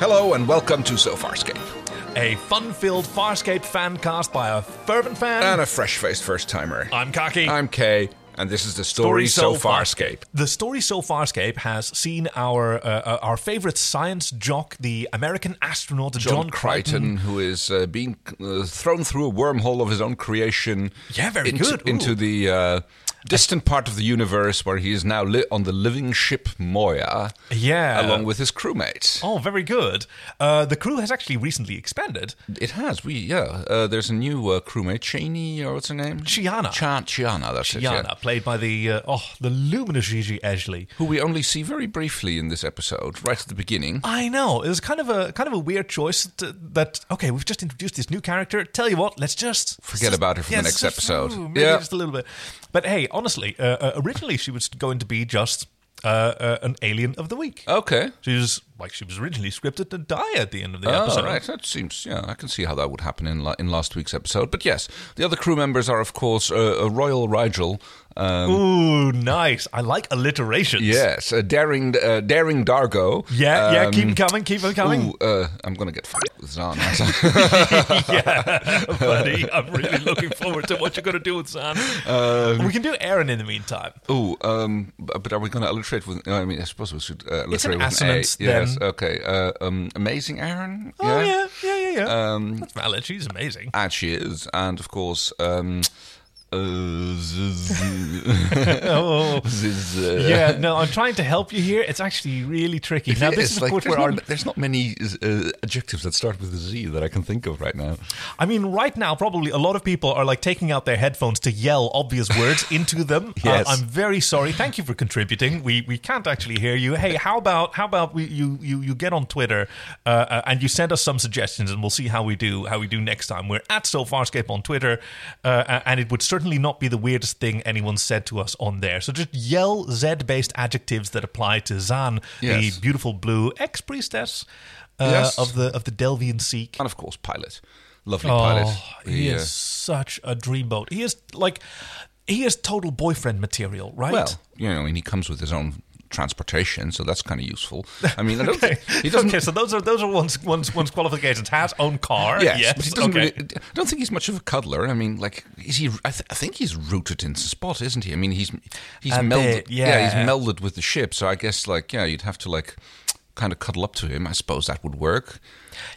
Hello and welcome to So Farscape. A fun filled Farscape fan cast by a fervent fan. And a fresh faced first timer. I'm Kaki. I'm Kay, and this is the story, So Farscape. The story so Farscape has seen our uh, uh, our favorite science jock, the American astronaut John, Crichton. who is uh, being uh, thrown through a wormhole of his own creation. Yeah, very into, good. Ooh. Into the uh, distant part of the universe where he is now lit on the living ship Moya. Yeah. Along with his crewmates. Oh, very good. Uh, the crew has actually recently expanded. It has. We yeah. Uh, there's a new uh, crewmate, Cheney, or what's her name? Chiana. Cha- Chiana. That's it. yeah. Yana, played by the uh, oh the luminous Gigi Ashley. Who we only see very briefly in this episode, right at the beginning. I know it was kind of a kind of a weird choice to, that okay we've just introduced this new character. Tell you what, let's just Forget about her for the next let's just- episode. ooh, maybe Yeah. just a little bit. But hey, honestly, uh, uh, originally she was going to be just uh, uh, an alien of the week. Okay. She was like she was originally scripted to die at the end of the Oh, episode. right. That seems, yeah, I can see how that would happen in, la- in last week's episode. But yes, the other crew members are, of course, uh, uh, Royal Rigel. Um, Ooh, nice. I like alliterations. yes, uh, Daring uh, daring Dargo. Yeah, yeah, um, keep 'em coming, keep 'em coming. Ooh, uh, I'm going to get fucked with Zahn. yeah, buddy, I'm really looking forward to what you're going to do with Zan. Um, we can do Aaron in the meantime. Ooh, um, b- but are we going to alliterate with? I mean, I suppose we should uh, alliterate an with assonance, an A. Yes, then. okay. Uh, um, amazing, Aaron. Oh yeah, yeah, yeah, yeah. That's valid. She's amazing. And she is, and of course, um, uh, z- z- Oh. z- z- Yeah, no, I'm trying to help you here. It's actually really tricky. Now, It this is, of like, course there's, where our. not, there's not many uh, adjectives that start with a Z that I can think of right now. I mean, right now, probably a lot of people are like taking out their headphones to yell obvious words into them. Uh, Yes. I'm very sorry. Thank you for contributing. We we can't actually hear you. Hey, how about how about we you you you get on Twitter uh, uh, and you send us some suggestions, and we'll see how we do how we do next time. We're at So Farscape on Twitter, uh, and it would certainly not be the weirdest thing anyone said to us on there. So just yell Z-based adjectives that apply to Zan, Yes. the beautiful blue ex-priestess. Uh, Yes. Of the of the Delvian Seek, And of course, Pilot. Lovely Oh, Pilot. he He, uh, is such a dreamboat. He is like, he is total boyfriend material, right? Well, you know, and he comes with his own transportation, so that's kind of useful. I mean, I don't think, he doesn't. okay, so those are those are one's one's, one's qualifications. Has own car. Yes, Yes. but he doesn't okay. really, I don't think he's much of a cuddler. I mean, like, is he? I, th- I think he's rooted in spot, isn't he? I mean, he's he's A melded. bit, he's yeah. melded with the ship. So I guess, like, yeah, you'd have to like kind of cuddle up to him. I suppose that would work.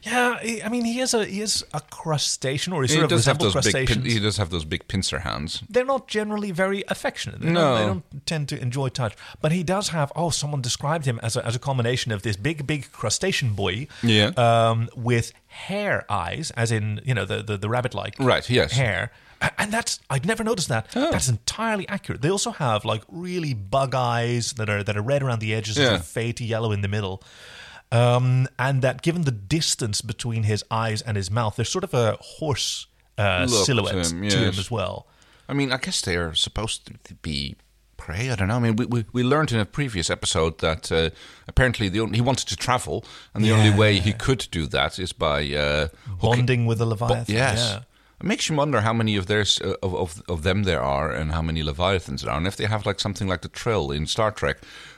yeah. He, I mean, he is a he is a crustacean, or he he sort of does have resembles those big. crustaceans. Pin, he does have those big pincer hands. they're not generally very affectionate. They No. don't, they don't tend to enjoy touch. But he does have. Oh, someone described him as a, as a combination of this big, big crustacean boy, Yeah. um, with hare eyes, as in you know the the, the rabbit like, Right, yes. Oh. hair. A- And that's I'd never noticed that. That's entirely accurate. They also have like really bug eyes that are that are red around the edges Yeah. and sort of fade to yellow in the middle. Um, and that given the distance between his eyes and his mouth, there's sort of a horse uh, Look to silhouette him, to him yes. as well. I mean, I guess they are supposed to be prey. I don't know. I mean, we, we, we learned in a previous episode that uh, apparently the only, he wanted to travel, and the only way he could do that is by uh, hooking- bonding with a leviathan. Yes. yeah. It makes you wonder how many of theirs uh, of, of of them there are, and how many leviathans there are, and if they have like something like the Trill in Star Trek,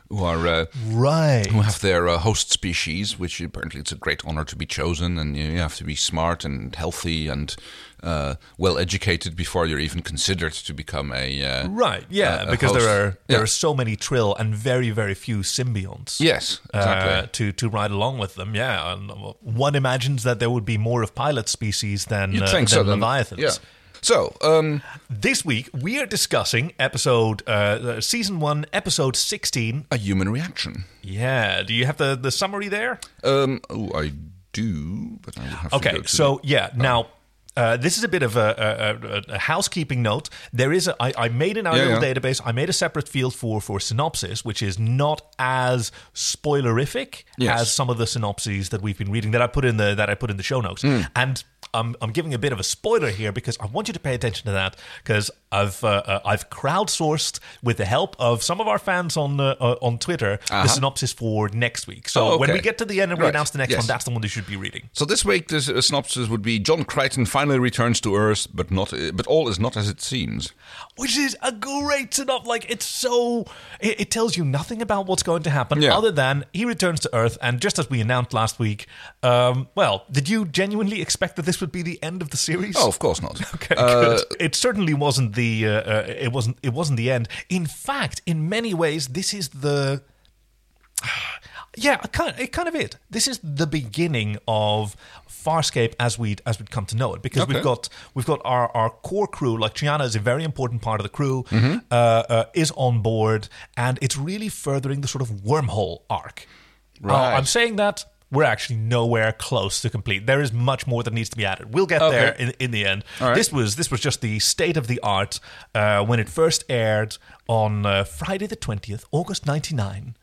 who are uh, right. who have their uh, host species, which apparently it's a great honor to be chosen, and you have to be smart and healthy and uh, well educated before you're even considered to become a uh, Right, yeah, a- a because host. there are there Yeah. are so many trill and very very few symbionts. Yes, exactly. Uh, to to ride along with them, yeah. And well, one imagines that there would be more of pilot species than, uh, than Think so, then- leviathans. Yeah. So, um, This week we are discussing episode uh, uh, season one, episode sixteen. a human reaction. Yeah, do you have the the summary there? Um, oh, I do, but I would have to Okay, go to so yeah, now uh, this is a bit of a, a, a, a housekeeping note. There is a, I, I made in our Yeah, little yeah. database. I made a separate field for for synopsis, which is not as spoilerific Yes. as some of the synopses that we've been reading that I put in the that I put in the show notes Hmm. and. I'm, I'm giving a bit of a spoiler here because I want you to pay attention to that because I've uh, uh, I've crowdsourced with the help of some of our fans on uh, uh, on Twitter the synopsis for next week. So Uh-huh. Oh, when okay. we get to the end and we Right. announce the next Yes. one, that's the one they should be reading. So this week, the synopsis would uh, be John Crichton finally finally returns to Earth, but not. uh, But all is not as it seems. which is a great enough. Like it's so, it, it tells you nothing about what's going to happen Yeah. other than he returns to Earth, and just as we announced last week, um, well, did you genuinely expect that this would be the end of the series? Oh, of course not. Okay, good. It certainly wasn't the. Uh, uh, it wasn't. It wasn't the end. In fact, in many ways, this is the. Yeah, it kind it kind of it. This is the beginning of Farscape as we'd as we'd come to know it because Okay. we've got we've got our, our core crew. Like Triana is a very important part of the crew. Mm-hmm. Uh, uh, is on board and it's really furthering the sort of wormhole arc. Uh, Right. I'm saying that we're actually nowhere close to complete. There is much more that needs to be added. We'll get Okay. there in, in the end. right. This was this was just the state of the art uh, when it first aired on uh, Friday the twentieth, August ninety nine.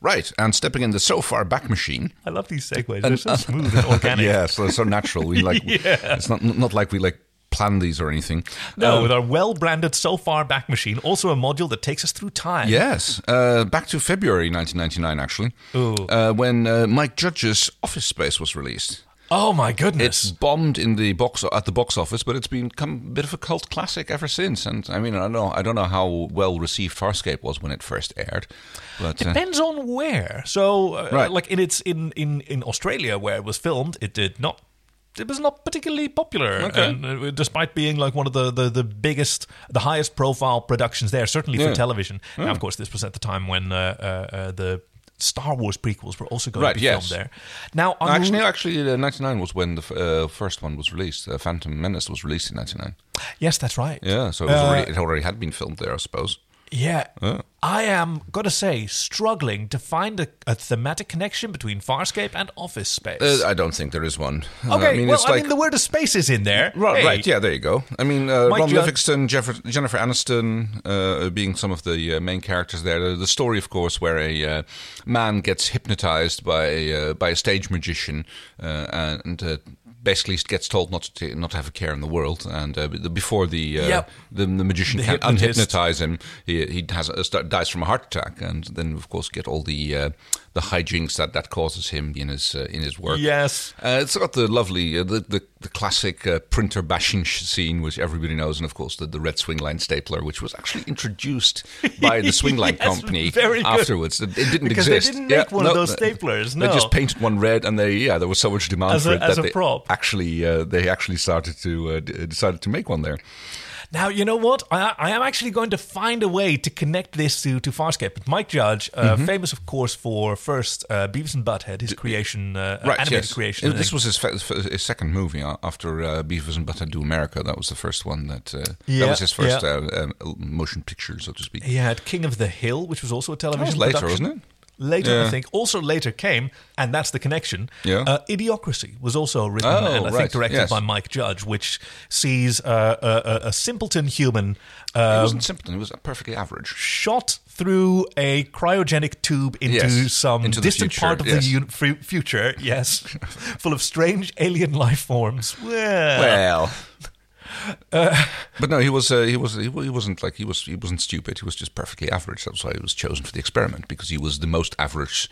Right, and stepping in the so far back machine. uh, I love these segues. They're so smooth and organic. Uh, Yeah, so so natural. We like. It's not not like we like plan these or anything. No, with our well-branded so far back machine, also a module that takes us through time. Yes, uh, back to February 1999, actually, Uh, when uh, Mike Judge's Office Space was released. Oh my goodness. It's bombed in the box at the box office, but it's become a bit of a cult classic ever since. And I mean, I don't know, I don't know how well received Farscape was when it first aired, but uh, Depends on where. So, uh, Right. like in its in, in in Australia where it was filmed, it did not. It was not particularly popular, Okay. and, uh, despite being like one of the, the, the biggest, the highest profile productions there, certainly for Yeah. television. Now, of course, this was at the time when uh, uh, uh, the Star Wars prequels were also going Right, to be yes. filmed there. Now, on actually, actually, uh, 99 was when the f- uh, first one was released. Uh, Phantom Menace was released in 99. yes, that's right. Yeah, so it, was Uh, already, it already had been filmed there, I suppose. Yeah. I am, gotta say, struggling to find a, a thematic connection between Farscape and Office Space. Uh, I don't think there is one. Uh, okay, I mean, well, it's I like mean, the word of space is in there. Right, Hey. right, yeah, there you go. I mean, uh, Mike Ron Judge- Livingston, Jeff- Jennifer Aniston uh, being some of the uh, main characters there. The, the story, of course, where a uh, man gets hypnotized by a, uh, by a stage magician uh, and uh, basically gets told not to ta- not to have a care in the world. And uh, the- before the, uh, Yep. the the magician The can hypnotist. unhypnotize him, he, he has a, st- dies from a heart attack. And then, of course, get all the uh, the hijinks that that causes him in his uh, in his work. Yes. Uh, it's got the lovely, uh, the, the, the classic uh, printer bashing sh- scene, which everybody knows, and of course the, the red swing line stapler, which was actually introduced by the swing line Yes, company very good. afterwards. It, it didn't Because they exist. didn't make one of those staplers, They no. just painted one red, and they yeah, there was so much demand As for a- it as that a they prop. actually uh, they actually started to uh, d- decided to make one there. Uh, Now, you know what? I, I am actually going to find a way to connect this to, to Farscape. But Mike Judge, uh, Mm-hmm. famous, of course, for first uh, Beavis and Butthead, his creation, uh, Right, animated yes. creation. Uh, This was his, fa- f- his second movie uh, after uh, Beavis and Butthead Do America. That was the first one that uh, Yeah, that was his first yeah. uh, um, motion picture, so to speak. He had King of the Hill, which was also a television later, production. wasn't it? Later, I Yeah. think. Also later came, and that's the connection. Yeah. Uh, Idiocracy was also written Oh, and I right, think directed yes. by Mike Judge, which sees uh, a, a, a simpleton human It uh, wasn't Simpleton. It was perfectly average. shot through a cryogenic tube into Yes, some into the distant future, part of yes. the un- fu- future. Yes, full of strange alien life forms. Well, Well, but no, he was uh, he was he wa- he wasn't like he was he wasn't stupid. He was just perfectly average. That's why he was chosen for the experiment because he was the most average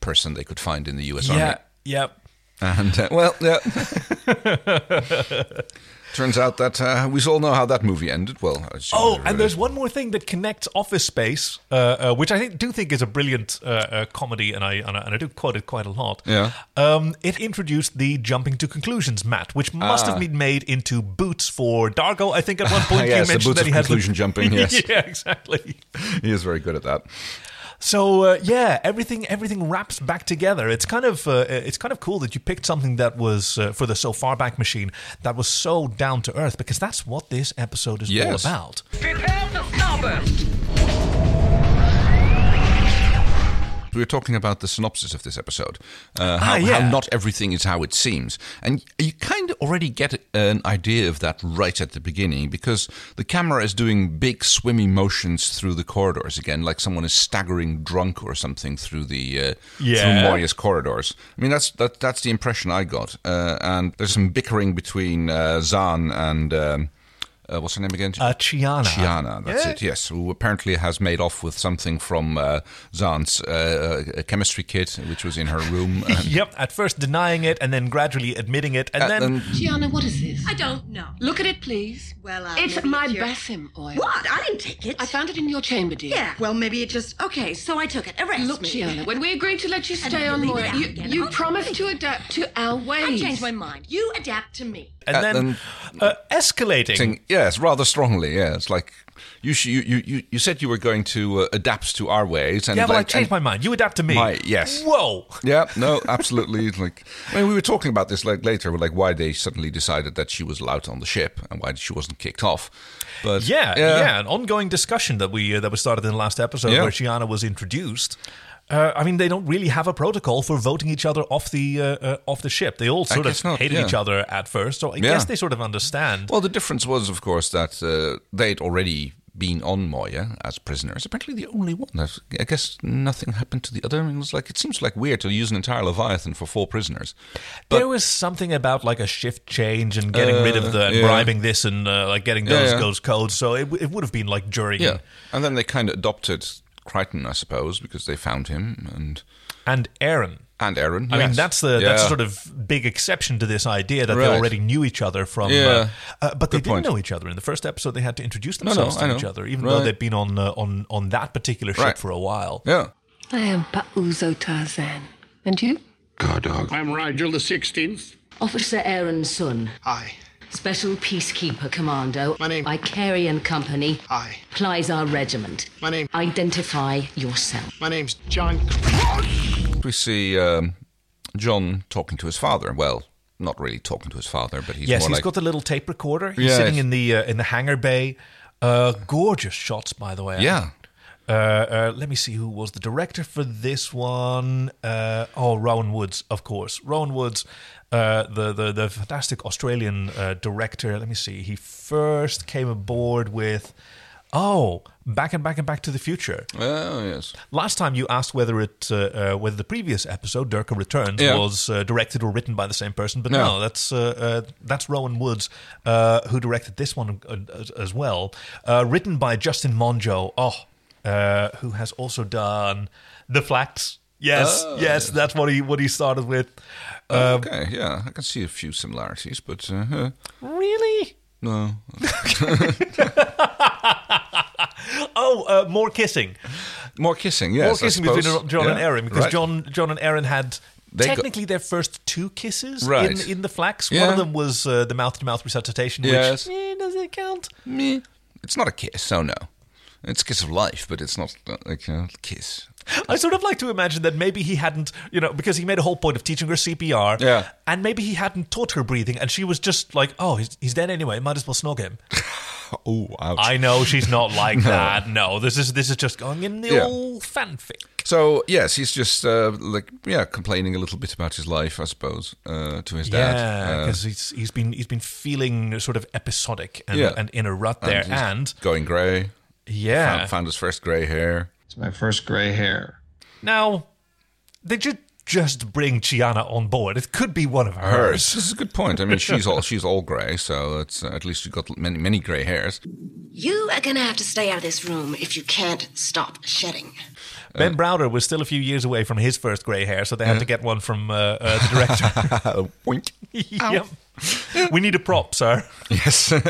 person they could find in the U.S. yeah, yeah. Army. And uh, well, yeah. Turns out that uh, we all know how that movie ended. Well, I assume Oh, everybody- and there's one more thing that connects Office Space, uh, uh, which I think, do think is a brilliant uh, uh, comedy, and I, and I and I do quote it quite a lot. Yeah. um, it introduced the jumping to conclusions mat, which must Ah. have been made into boots for Dargo. I think at one Yes, point the you mentioned boots that of he had conclusion jumping, yes. yeah, exactly. he is very good at that. So uh, yeah, everything everything wraps back together. It's kind of uh, it's kind of cool that you picked something that was uh, for the so far back machine that was so down to earth because that's what this episode is Yes. all about. Prepare for starburst. We were talking about the synopsis of this episode, uh, how, Ah, yeah. how not everything is how it seems, and you kind of already get an idea of that right at the beginning because the camera is doing big swimmy motions through the corridors again, like someone is staggering drunk or something through the uh, Yeah. through Moya's corridors. I mean, that's that, that's the impression I got, uh, and there's some bickering between uh, Zahn and. Um, uh, what's her name again? Uh, Chiana. Chiana, that's Yeah. it, yes, who apparently has made off with something from uh, Zahn's uh, uh, chemistry kit, which was in her room. And, Yep, at first denying it and then gradually admitting it. And uh, then. and Gianna, what is this? I don't know. Look at it, please. Well, uh, it's maybe my your- Basim oil. What? I didn't take it. I found it in your chamber, dear. Yeah. Well, maybe it just. Okay, so I took it. Arrest Look, me. Gianna, when we agreed to let you stay then on leave it Moira, out you, again. you Okay. promised to adapt to our I ways. changed my mind. You adapt to me. and uh, then and- uh, escalating. thing- yes, rather strongly. Yeah, it's like you sh- you, you- you you said you were going to uh, adapt to our ways, and yeah, well, I like- changed and- my mind. You adapt to me. My- yes. Whoa. Yeah, no, absolutely. It's like, I mean, we were talking about this like later, like why they suddenly decided that she was allowed on the ship and why she wasn't kicked off. But Yeah, yeah, an ongoing discussion that we uh, that we started in the last episode Yeah. where Shiana was introduced. Uh, I mean, they don't really have a protocol for voting each other off the uh, uh, off the ship. They all sort guess of not, hated yeah. each other at first, so I Yeah. guess they sort of understand. Well, the difference was, of course, that uh, they'd already been on Moya as prisoners. Apparently, the only one. that- I guess nothing happened to the other. It was like it seems like weird to use an entire Leviathan for four prisoners. But there was something about like a shift change and getting rid of the and yeah. bribing this and uh, like getting Yeah, those yeah. those codes. So it, w- it would have been like during yeah, and then they kind of adopted Crichton, I suppose, because they found him and and Aaron. and Aaron. I mean, yes. that's the that's Yeah. the sort of big exception to this idea that Right. they already knew each other from. Yeah. Uh, uh, but they Good didn't point. know each other in the first episode. They had to introduce no, themselves I to know. each other, even Right. though they'd been on uh, on on that particular ship Right. for a while. yeah. I am Pauzo Tarzan. And you? I'm Rigel the 16th. Officer Aaron Sun, Hi. Special Peacekeeper Commando. My name- By Carey and Company. Hi. Plies our regiment. My name- Identify yourself. My name's John. we see um, John talking to his father. Well, not really talking to his father, but he's yes, more he's like got the little tape recorder. He's Yes. sitting in the uh, in the hangar bay. Uh, gorgeous shots, by the way. yeah. Uh, uh, let me see who was the director for this one. Uh, oh, Rowan Woods, of course. Rowan Woods, uh, the, the the fantastic Australian uh, director. Let me see. He first came aboard with. Oh, back and back and back to the future. Oh yes, Last time you asked whether it, uh, uh, whether the previous episode, Durka Returns, Yeah. was uh, directed or written by the same person, but No. no, that's uh, uh, that's Rowan Woods, uh, who directed this one uh, as, as well, uh, written by Justin Monjo, oh, uh, who has also done The Flats. Yes, Oh. yes, that's what he what he started with. Uh, okay, yeah. I can see a few similarities, but uh, huh, Really? no, Oh, uh, more kissing. more kissing. More Yes, I kissing between suppose. John and Yeah, Aaron because right. John John and Aaron had They got- technically their first two kisses Right. in, in the flax. One Yeah. of them was uh, the mouth to mouth resuscitation, Yes. which eh, does it count? Meh. It's not a kiss. So no, it's a kiss of life, but it's not uh, like a kiss. I sort of like to imagine that maybe he hadn't, you know, because he made a whole point of teaching her CPR, Yeah. and maybe he hadn't taught her breathing, and she was just like, "Oh, he's, he's dead anyway. Might as well snog him." Oh, ouch. I know she's not like that. No, this is this is just going in the Yeah. old fanfic. so yes, he's just uh, like yeah, complaining a little bit about his life, I suppose, uh, to his Yeah, dad. Uh, because he's he's been he's been feeling sort of episodic and, Yeah. and in a rut there, he's and, going grey. Uh, yeah. Found, found his first grey hair. It's my first gray hair. Now, they should just bring Chiana on board. It could be one of hers. hers. This is a good point. I mean, she's all she's all grey, so it's uh, at least she's got many many grey hairs. You are gonna have to stay out of this room if you can't stop shedding. Uh, Ben Browder was still a few years away from his first grey hair, so they had to get one from uh, uh, the director. Point. yep. We need a prop, sir. Yes.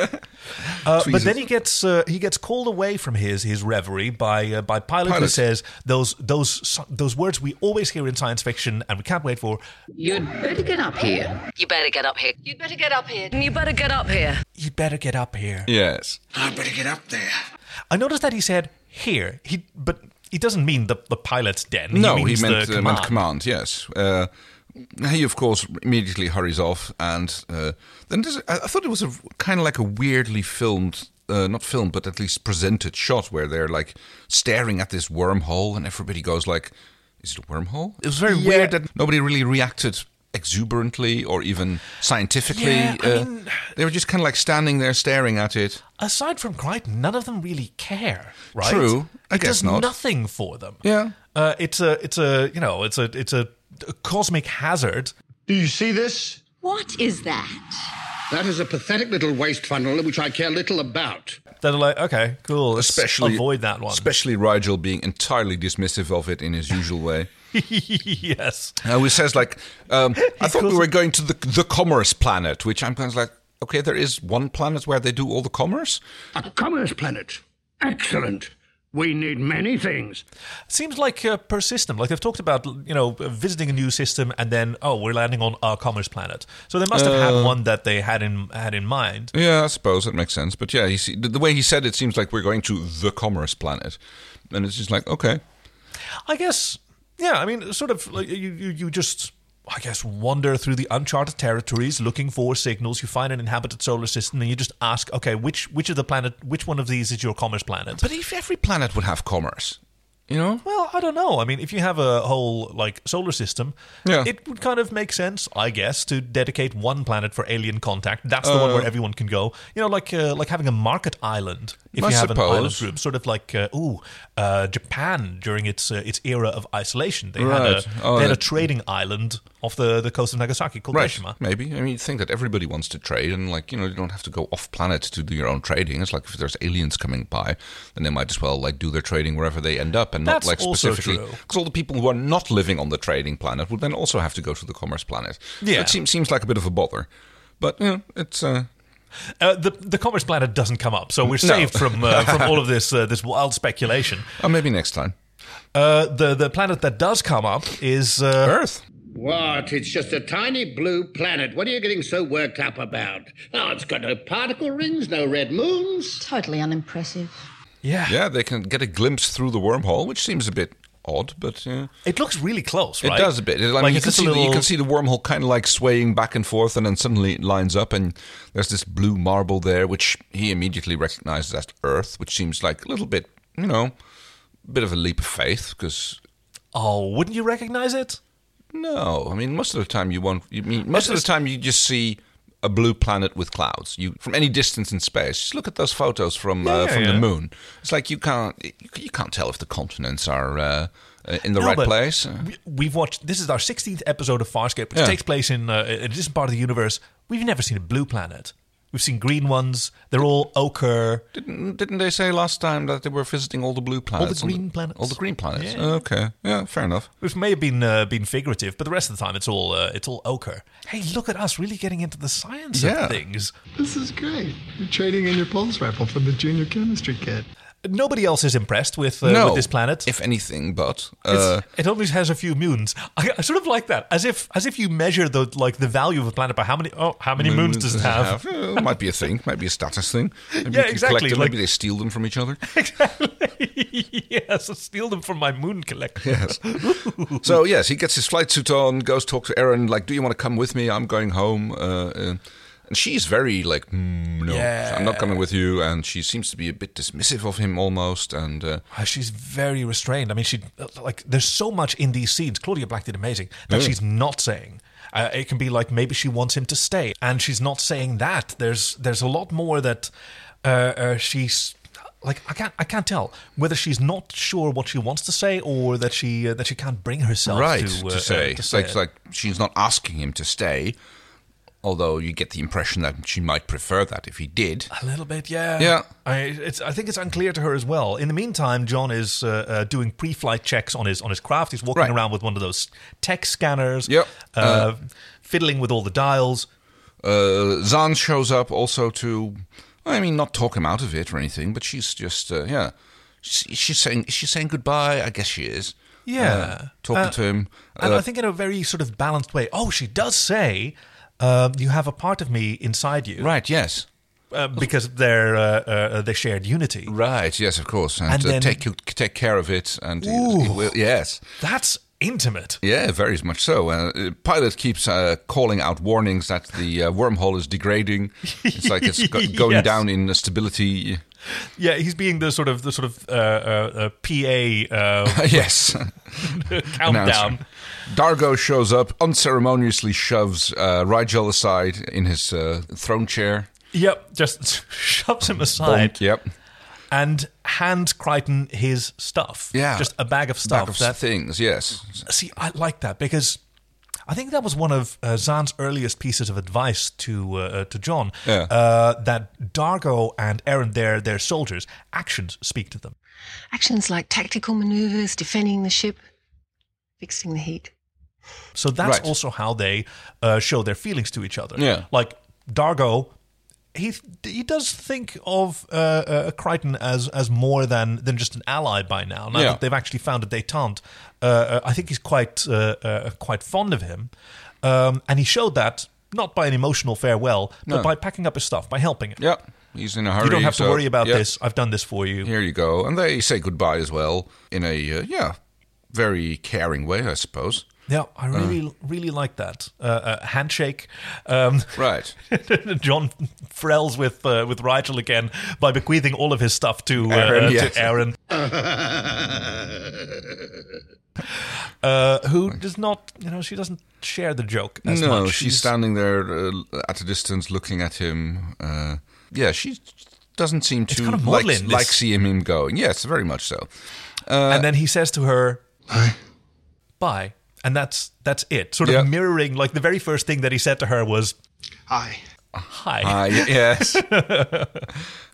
Uh, but Tweezers. then he gets uh, he gets called away from his his reverie by uh, by Pilot, who Pilot. says those those those words we always hear in science fiction and we can't wait for You'd better get up here. You better get up here. You'd better get up here. You better get up here. you better get up here. yes. I better get up there. I noticed that he said here he but he doesn't mean the the pilot's den. No, he, means meant, the uh, meant command. Yes. Uh, he of course immediately hurries off, and uh, then there's, I, I thought it was a kind of like a weirdly filmed. Uh, not filmed, but at least presented shot where they're like staring at this wormhole, and everybody goes like, "Is it a wormhole?" It was very weird that nobody really reacted exuberantly or even scientifically. Yeah, I Uh, mean- they were just kind of like standing there staring at it. aside from Crichton, none of them really care, right? True. I it guess does not. Nothing for them. Yeah. Uh, it's a, it's a, you know, it's a, it's a, a cosmic hazard. Do you see this? What is that? That is a pathetic little waste funnel which I care little about. That are like, okay, cool. Let's Especially avoid that one. Especially Rigel being entirely dismissive of it in his usual way. yes. Now he Uh, says like, um, I thought we calls were going to the the commerce planet, which I'm kind of like, okay, there is one planet where they do all the commerce. A commerce planet. Excellent. We need many things. Seems like uh, per system. Like they've talked about, you know, visiting a new system and then oh, we're landing on our commerce planet. So they must have Uh, had one that they had in had in mind. Yeah, I suppose that makes sense. But yeah, he, se- the the way he said it seems like we're going to the commerce planet, and it's just like, okay, I guess, yeah. I mean, sort of like you, you, you just, I guess, wander through the uncharted territories looking for signals. You find an inhabited solar system, and you just ask, okay, which which of the planet, which one of these is your commerce planet? But if every planet would have commerce, you know? well, I don't know. I mean, if you have a whole like solar system, Yeah. it would kind of make sense, I guess, to dedicate one planet for alien contact. That's the one Uh. where everyone can go. You know, like uh, like having a market island. If I you have an island suppose. group, sort of like uh, ooh, uh, Japan during its uh, its era of isolation, they Right. had a Oh, they had a that- trading island off the, the coast of Nagasaki called Right, Teshima. maybe. I mean, you think that everybody wants to trade, and like you know, you don't have to go off planet to do your own trading. It's like if there's aliens coming by, then they might as well like do their trading wherever they end up, and That's not like also specifically true. because all the people who are not living on the trading planet would then also have to go to the commerce planet. So Yeah. it seems seems like a bit of a bother, but you know, it's uh, Uh, the the commerce planet doesn't come up, so we're saved from uh, from all of this uh, this wild speculation. oh, maybe next time. Uh, the the planet that does come up is uh, Earth. What? It's just a tiny blue planet. What are you getting so worked up about? Oh, it's got no particle rings, no red moons. Totally unimpressive. Yeah. Yeah, they can get a glimpse through the wormhole, which seems a bit odd, but yeah. It looks really close, It right? does a bit. It- I mean, Like, you, it's can just a see the, you little- can see the wormhole kind of like swaying back and forth, and then suddenly it lines up, and there's this blue marble there, which he immediately recognizes as Earth, which seems like a little bit, you know, bit of a leap of faith. Because Oh, wouldn't you recognize it? no, I mean, most of the time you won't. You mean, most of the time you just see a blue planet with clouds. You from any distance in space. Just look at those photos from uh, yeah, from yeah. the moon. It's like you can't you can't tell if the continents are uh, uh, in the No, right but place. We, we've watched. This is our 16th episode of Farscape, which Yeah. takes place in uh, a different part of the universe. We've never seen a blue planet. We've seen green ones. They're all ochre. Didn't didn't they say last time that they were visiting all the blue planets, green planets. all the green planets? Yeah. Okay, yeah, fair enough. Which may have been uh, been figurative, but the rest of the time it's all uh, it's all ochre. Hey, look at us really getting into the science Yeah. of things. This is great. You're trading in your pulse rifle for the junior chemistry kit. Nobody else is impressed with uh, with this planet. if anything, but uh, It's- it always has a few moons. I, I sort of like that, as if as if you measure the like the value of a planet by how many oh how many moons, does it have? Uh, might be a thing, might be a status thing. Maybe Yeah, you can exactly, Collect them. like- Maybe they steal them from each other. yes, I steal them from my moon collection. Yes. so yes, he gets his flight suit on, goes talk to Erin, like, "Do you want to come with me? I'm going home." Uh, uh, and she's very like, mm, "No, I'm not coming with you." And she seems to be a bit dismissive of him almost. And uh, Ah, She's very restrained. I mean, she uh, like there's so much in these scenes. Claudia Black did amazing that she's not saying. Uh, it can be like maybe she wants him to stay, and she's not saying that. There's there's a lot more that uh, uh, she's like I can't I can't tell whether she's not sure what she wants to say or that she uh, that she can't bring herself right to, uh, say. uh, to it's say like, it. like she's not asking him to stay, although you get the impression that she might prefer that if he did. A little bit, yeah. Yeah. I, it's, I think it's unclear to her as well. In the meantime, John is uh, uh, doing pre-flight checks on his on his craft. He's walking Right. around with one of those tech scanners. Yep. Uh, fiddling with all the dials. Uh, Zan shows up also to, I mean, not talk him out of it or anything, but she's just uh, yeah, she's, she's saying is she saying goodbye? I guess she is. Yeah. Uh, talking Uh, to him. And Uh, I think in a very sort of balanced way. Oh, she does say, um, "You have a part of me inside you," right. Yes. uh, because they're uh, uh, they shared unity. Right. Yes. Of course. And, And uh, then- take you- take care of it. And he- he Ooh. will, yes. That's intimate. Yeah, very much so. Uh, Uh, Pilot keeps uh, calling out warnings that the uh, wormhole is degrading. It's like it's go- going Yes. down in stability. Yeah, he's being the sort of the sort of uh, uh, uh, PA uh, yes. countdown. Announcer. Dargo shows up, unceremoniously shoves uh, Rigel aside in his uh, throne chair. Yep, just shoves him aside Bonk, Yep. and hands Crichton his stuff. Yeah. just a bag of stuff. Back of that things, yes. see, I like that because I think that was one of uh, Zahn's earliest pieces of advice to uh, uh, to John Yeah. uh, that Dargo and Aaron, their their soldiers, actions speak to them. Actions like tactical maneuvers, defending the ship, fixing the heat. So that's Right. also how they uh, show their feelings to each other. Yeah. like Dargo. He, he does think of uh, uh, Crichton as as more than, than just an ally by now. Now Yeah. that they've actually found a detente, uh, uh, I think he's quite uh, uh, quite fond of him, um, and he showed that not by an emotional farewell, but No. by packing up his stuff, by helping him. Yeah, he's in a hurry. you don't have to so- worry about yeah, this. I've done this for you. Here you go, and they say goodbye as well in a uh, yeah, very caring way, I suppose. Yeah, I really really like that uh, uh, handshake. Um, Right. John frells with uh, with Rigel again by bequeathing all of his stuff to uh, Aaron, uh, yes. to Aaron, uh, who does not you know she doesn't share the joke as no, much. she's standing there uh, at a distance, looking at him. Uh, yeah, she doesn't seem to kind of like, maudlin, like this- seeing him going. Yes, very much so. and then he says to her, Bye. "Bye," and that's that's it. Sort of Yeah. mirroring like the very first thing that he said to her was Hi. "Hi." Ah, y- yes.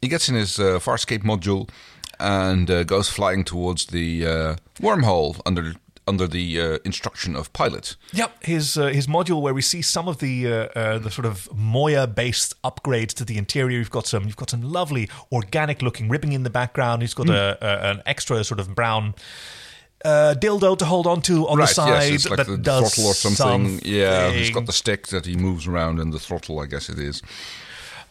he gets in his uh, Farscape module and uh, goes flying towards the uh, wormhole under under the uh, instruction of pilot. Yep, his uh, his module where we see some of the uh, uh, the sort of Moya based upgrades to the interior. You've got some you've got some lovely organic looking ribbing in the background. He's got Hmm. a, a an extra sort of brown uh, dildo to hold on to on the side yes, it's like that the does throttle or something. Yeah, he's something. got the stick that he moves around and the throttle, I guess it is.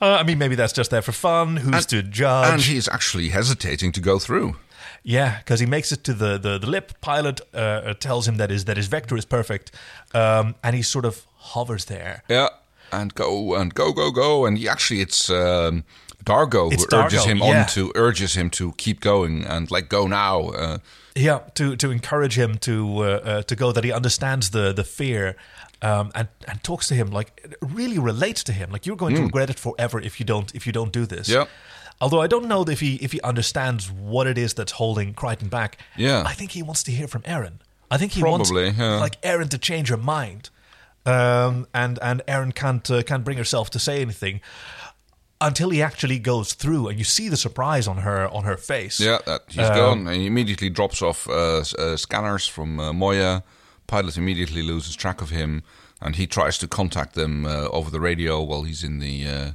Uh, I mean, maybe that's just there for fun. Who's to judge? And he's actually hesitating to go through. Yeah, because he makes it to the the, the lip. Pilot uh, uh, tells him that his that his vector is perfect, um, and he sort of hovers there. Yeah, and go and go go go, and he, actually, it's um, Dargo It's who urges Dargo, him yeah. on to urges him to keep going and like go now. Uh, Yeah, to to encourage him to uh, uh, to go, that he understands the the fear, um, and and talks to him like really relates to him. Like you're going to regret it forever if you don't if you don't do this. Hmm. Yeah. Although I don't know if he if he understands what it is that's holding Crichton back. Yeah. I think he wants to hear from Aaron. I think he Probably, wants yeah. like Aaron to change her mind, um, and and Aaron can't uh, can't bring herself to say anything until he actually goes through, and you see the surprise on her on her face. yeah, that, he's Uh, gone. And he immediately drops off uh, s- uh, scanners from uh, Moya. Pilot immediately loses track of him, and he tries to contact them uh, over the radio while he's in the uh,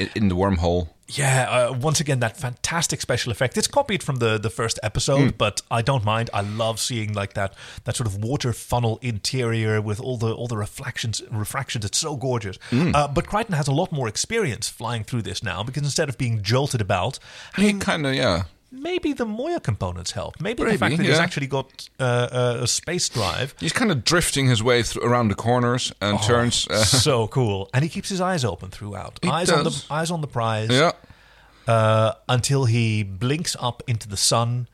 i- in the wormhole. Yeah, uh, once again that fantastic special effect. It's copied from the the first Hmm. episode, but I don't mind. I love seeing like that that sort of water funnel interior with all the all the reflections refractions. It's so gorgeous. Hmm. Uh, but Crichton has a lot more experience flying through this now because instead of being jolted about, He kind of yeah. maybe the Moya components help. Maybe, the fact Maybe, that he's yeah. actually got uh, uh, a space drive. He's kind of drifting his way through, around the corners and Oh, turns. Uh, so cool, and he keeps his eyes open throughout. He eyes on the does. eyes on the prize. yeah, Uh, until he blinks up into the sun.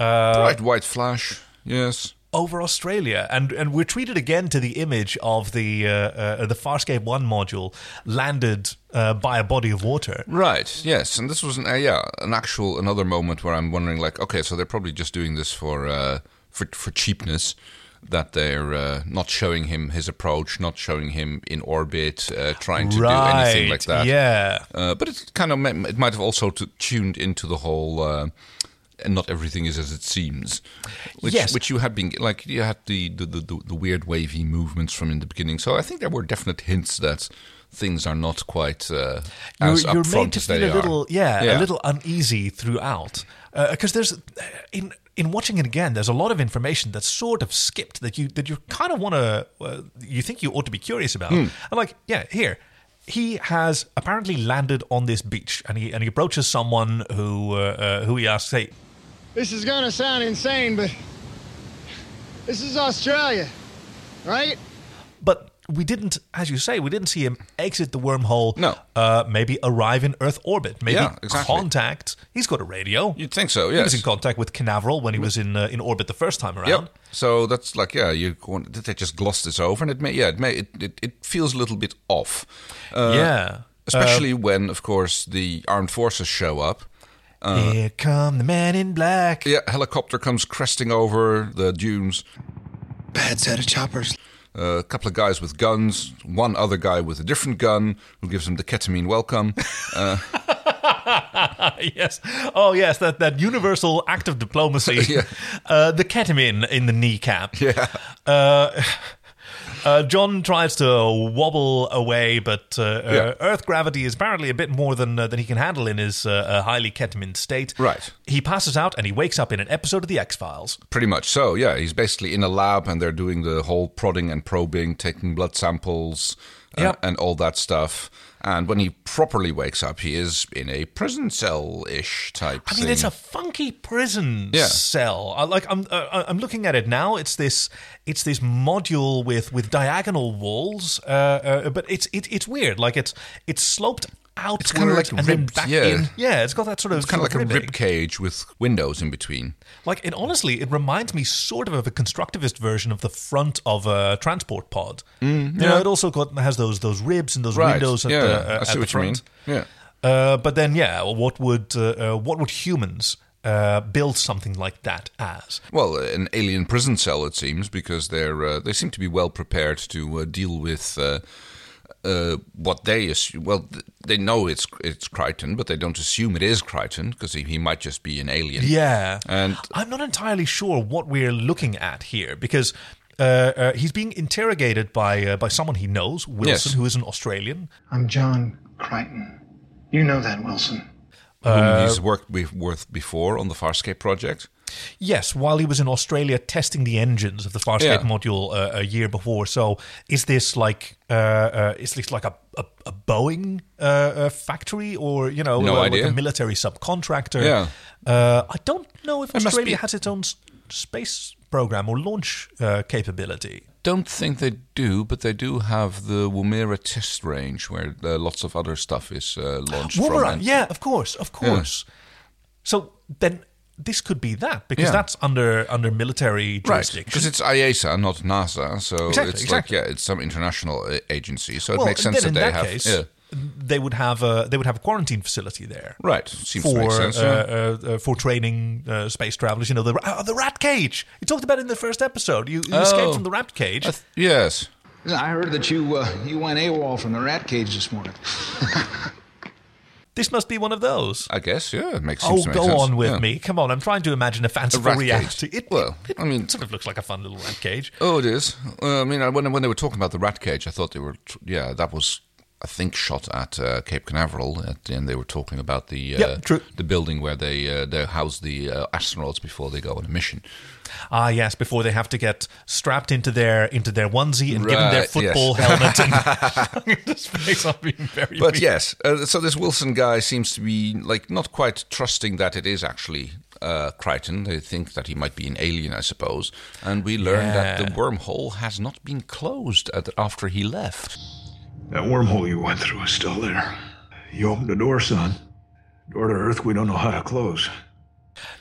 uh, bright white flash. Yes. over Australia, and and we're treated again to the image of the uh, uh, the Farscape One module landed uh, by a body of water. Right. Yes, and this was an uh, yeah an actual another moment where I'm wondering like okay so they're probably just doing this for uh, for for cheapness that they're uh, not showing him his approach, not showing him in orbit, uh, trying to do anything like that. Yeah. Uh, but it kind of ma- it might have also t- tuned into the whole. Uh, and not everything is as it seems, which, Yes. which you had been like you had the the, the the weird wavy movements from in the beginning. So I think there were definite hints that things are not quite uh, as you're, you're made upfront to as they feel a are. little, yeah, Yeah. a little uneasy throughout, because there's in in watching it again, there's a lot of information that's sort of skipped that you that you kind of want to, uh, you think you ought to be curious about. Hmm. And like, yeah, here. He has apparently landed on this beach, and he and he approaches someone who uh, uh, who he asks, "Hey, This is gonna sound insane, but this is Australia, right? But we didn't, as you say, we didn't see him exit the wormhole. No. Uh, maybe arrive in Earth orbit. Maybe Yeah, exactly. contact. He's got a radio. You'd think so, He yes. was in contact with Canaveral when he was in uh, in orbit the first time around. Yep. So that's like yeah, you go- did they just gloss this over? And it may yeah, it may it, it, it feels a little bit off. Uh, yeah. Especially when, of course, the armed forces show up. Uh, uh, Here come the man in black. Yeah, helicopter comes cresting over the dunes. Bad set of choppers. a couple of guys with guns, one other guy with a different gun who gives him the ketamine welcome. yes. Oh, yes. That that universal act of diplomacy. Yeah. uh, the ketamine in the kneecap. Yeah. Uh, uh, John tries to wobble away, but uh, uh, Yeah. Earth gravity is apparently a bit more than uh, than he can handle in his uh, uh, highly ketamine state. Right. He passes out and he wakes up in an episode of the X Files. Pretty much. So, yeah, he's basically in a lab and they're doing the whole prodding and probing, taking blood samples uh, Yep. and all that stuff. And when he properly wakes up, he is in a prison cell ish type I thing. mean, it's a funky prison Yeah. cell. I, like I'm, uh, I'm looking at it now. It's this, it's this module with with diagonal walls, uh, uh, but it's it, it's weird. Like it's it's sloped outward kinda like and then ribbed, back yeah. in. Yeah, it's got that sort of It's kind of like sort a ribbing. rib cage with windows in between. Like it honestly, it reminds me sort of of a constructivist version of the front of a transport pod. you know, it also got has those those ribs and those windows at Mm, yeah, the uh, I see at what the you mean. front. Yeah. Uh, but then, yeah, what would uh, uh, what would humans uh, build something like that as? Well, uh, an alien prison cell, it seems, because they're uh, they seem to be well prepared to uh, deal with uh, uh, what they assume. Well, th- they know it's it's Crichton, but they don't assume it is Crichton because he, he might just be an alien. Yeah, And- I'm not entirely sure what we're looking at here because. Uh, uh, he's being interrogated by uh, by someone he knows, Wilson, Yes. who is an Australian. I'm John Crichton. You know that, Wilson. whom he's worked with, with before on the Farscape project. Yes, while he was in Australia testing the engines of the Farscape Yeah. module uh, a year before. So, is this like uh, uh, is this like a a, a Boeing uh, uh, factory or you know No uh, like idea. a military subcontractor? Yeah. Uh, I don't know if must Australia be- has its own s- space program or launch uh, capability. Don't think they do, but they do have the Woomera test range where uh, lots of other stuff is uh, launched Wolverine, from. and- yeah, of course, of course. So then this could be that because Yeah. that's under under military Right, jurisdiction. because it's IASA, not NASA, so Exactly, it's exactly. like yeah, it's some international uh, agency, so Well, it makes sense then that they in that have case, yeah. they would have a they would have a quarantine facility there. Right, seems for to make sense. yeah. uh, uh, uh, for training uh, space travelers. You know the ra- uh, the rat cage. You talked about it in the first episode. You, you escaped Oh. from the rat cage. I th- yes. I heard that you uh, you went AWOL from the rat cage this morning. this must be one of those. I guess, yeah, it makes Oh, seems to make go sense. on with Yeah. me. Come on, I'm trying to imagine a fanciful rat cage. reality. It, Well, it- I mean- it sort of looks like a fun little rat cage. Oh, it is. Uh, I mean, I, when when they were talking about the rat cage, I thought they were, tr- yeah, that was, I think, shot at uh, Cape Canaveral, at, and they were talking about the uh, Yeah, true. the building where they uh, they house the uh, astronauts before they go on a mission. Ah, yes, before they have to get strapped into their into their onesie and given their Right, yes. football helmet. And this face I'm being very. But weird. yes, uh, so this Wilson guy seems to be like not quite trusting that it is actually uh, Crichton. They think that he might be an alien, I suppose. And we learn that the wormhole has not been closed at, after he left. That wormhole you went through is still there. You opened the door, son. Door to Earth we don't know how to close.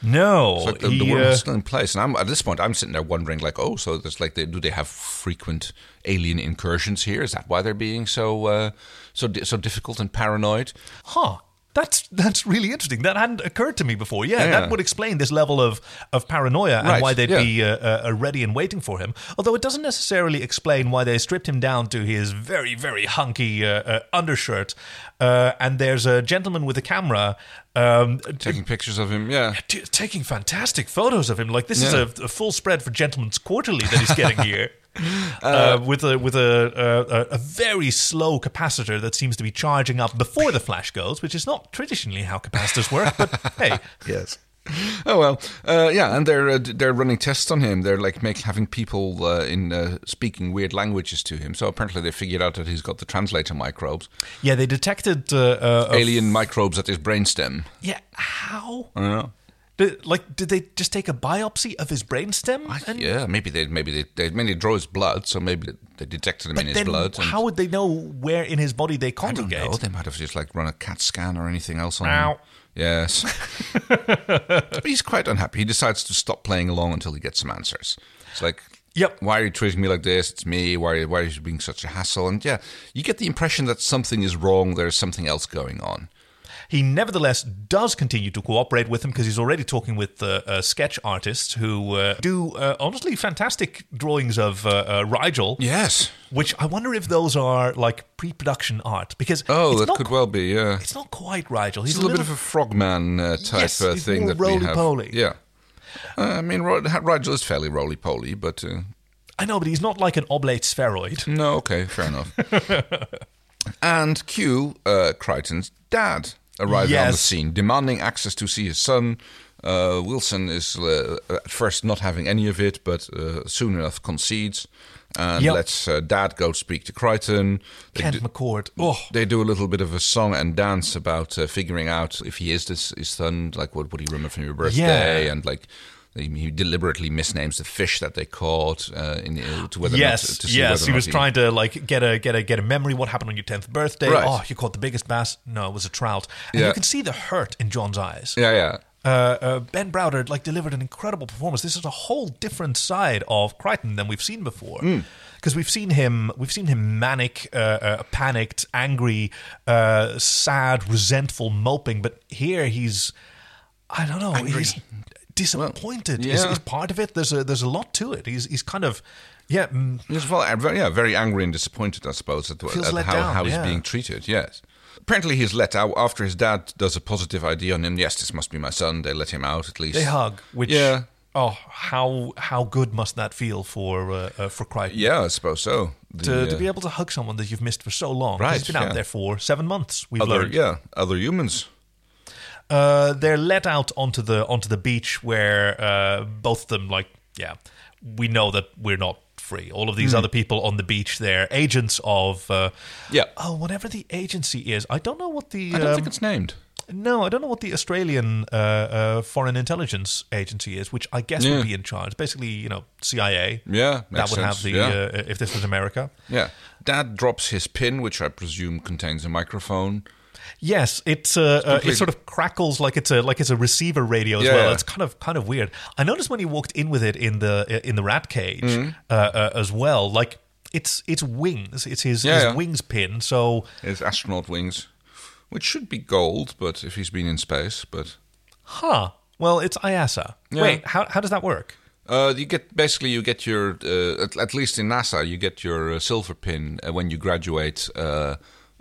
no, So the, he, the uh, world is still in place, and I'm at this point. I'm sitting there wondering, like, oh, so there's like, they, do they have frequent alien incursions here? Is that why they're being so uh, so di- so difficult and paranoid? huh that's that's really interesting that hadn't occurred to me before yeah, Yeah. that would explain this level of of paranoia and Right, why they'd yeah. be uh, uh, ready and waiting for him although it doesn't necessarily explain why they stripped him down to his very very hunky uh, uh, undershirt uh, and there's a gentleman with a camera um, t- Taking pictures of him, yeah. t- taking fantastic photos of him like this Yeah. is a, a full spread for gentleman's quarterly that he's getting here Uh, with a with a, a a very slow capacitor that seems to be charging up before the flash goes, which is not traditionally how capacitors work. But hey, Yes. Oh well, uh, yeah, and they're uh, d- they're running tests on him. They're like make, having people uh, in uh, speaking weird languages to him. So apparently they figured out that he's got the translator microbes, yeah, they detected uh, uh, a- alien microbes at his brainstem. yeah, how? I don't know. Did, like, did they just take a biopsy of his brainstem? I- And- yeah, maybe they maybe they, they mainly draw his blood, so maybe they detected him But in his then blood. and- how would they know where in his body they I don't congregate? know. They might have just like run a CAT scan or anything else on Meow. him. Yes. but he's quite unhappy. He decides to stop playing along until he gets some answers. It's like, Yep. Why are you treating me like this? It's me. Why, why are you being such a hassle? And yeah, you get the impression that something is wrong. There's something else going on. He nevertheless does continue to cooperate with him because he's already talking with uh, uh, sketch artists who uh, do uh, honestly fantastic drawings of uh, uh, Rigel. Yes. Which I wonder if those are like pre-production art because Oh, it's that not could qu- well be. Yeah. It's not quite Rigel. He's It's a little bit of a frogman uh, type Yes, uh, he's thing more that we have. roly-poly. Yeah. Uh, I mean, Ro- Rigel is fairly roly-poly, but uh, I know, but he's not like an oblate spheroid. no, okay, fair enough. and Q, uh, Crichton's dad, arriving on the Yes. scene, demanding access to see his son. Uh, Wilson is uh, at first not having any of it, but uh, soon enough concedes and Yep. lets uh, dad go speak to Crichton. They Kent do- McCord. Oh, They do a little bit of a song and dance about uh, figuring out if he is this his son, like what would he remember from your birthday, Yeah. and like he, he deliberately misnames the fish that they caught. Uh, in uh, to whether or yes, not, to see yes. whether or He not was trying to like get a get a get a memory. What happened on your tenth birthday? Right. Oh, you caught the biggest bass. No, it was a trout. And Yeah. you can see the hurt in John's eyes. Yeah, yeah. Uh, uh, ben Browder like delivered an incredible performance. This is a whole different side of Crichton than we've seen before. Hmm. Because we've seen him, we've seen him manic, uh, uh, panicked, angry, uh, sad, resentful, moping. But here he's, I don't know, he's disappointed. is, yeah. is part of it. There's a there's a lot to it. He's he's kind of, yeah, mm, Yes, well, uh, very, yeah, very angry and disappointed, I suppose, at, Feels at let how, down, how he's yeah. being treated. Yes. Apparently, he's let out after his dad does a positive ID on him. Yes, this must be my son. They let him out at least. they hug. Which Yeah. oh how how good must that feel for uh, uh, for Crichton? Yeah, I suppose so. The, to, to uh, be able to hug someone that you've missed for so long. 'Cause Right, He's been yeah. out there for seven months. We've uh, other, learned. yeah, other humans. Uh, they're let out onto the onto the beach where uh, both of them like yeah. We know that we're not free. All of these Hmm. other people on the beach, they're agents of uh, Yeah. Oh, whatever the agency is, I don't know what the I don't um, think it's named. no, I don't know what the Australian uh, uh, Foreign Intelligence Agency is, which I guess Yeah. would be in charge. Basically, you know, CIA. Yeah, that makes would sense, have the yeah. uh, if this was America. Yeah. Dad drops his pin, which I presume contains a microphone. Yes, it's uh, uh, completely- it sort of crackles like it's a like it's a receiver radio as Yeah, well. yeah. It's kind of kind of weird. I noticed when he walked in with it in the in the rat cage Mm-hmm. uh, uh, as well. Like it's it's wings. It's his, Yeah, his yeah. wings pin. So His astronaut wings, which should be gold, but if he's been in space, but huh. Well, it's IASA. Yeah. Wait, how how does that work? uh, you get basically you get your uh, at, at least in NASA you get your uh, silver pin uh, when you graduate. Uh,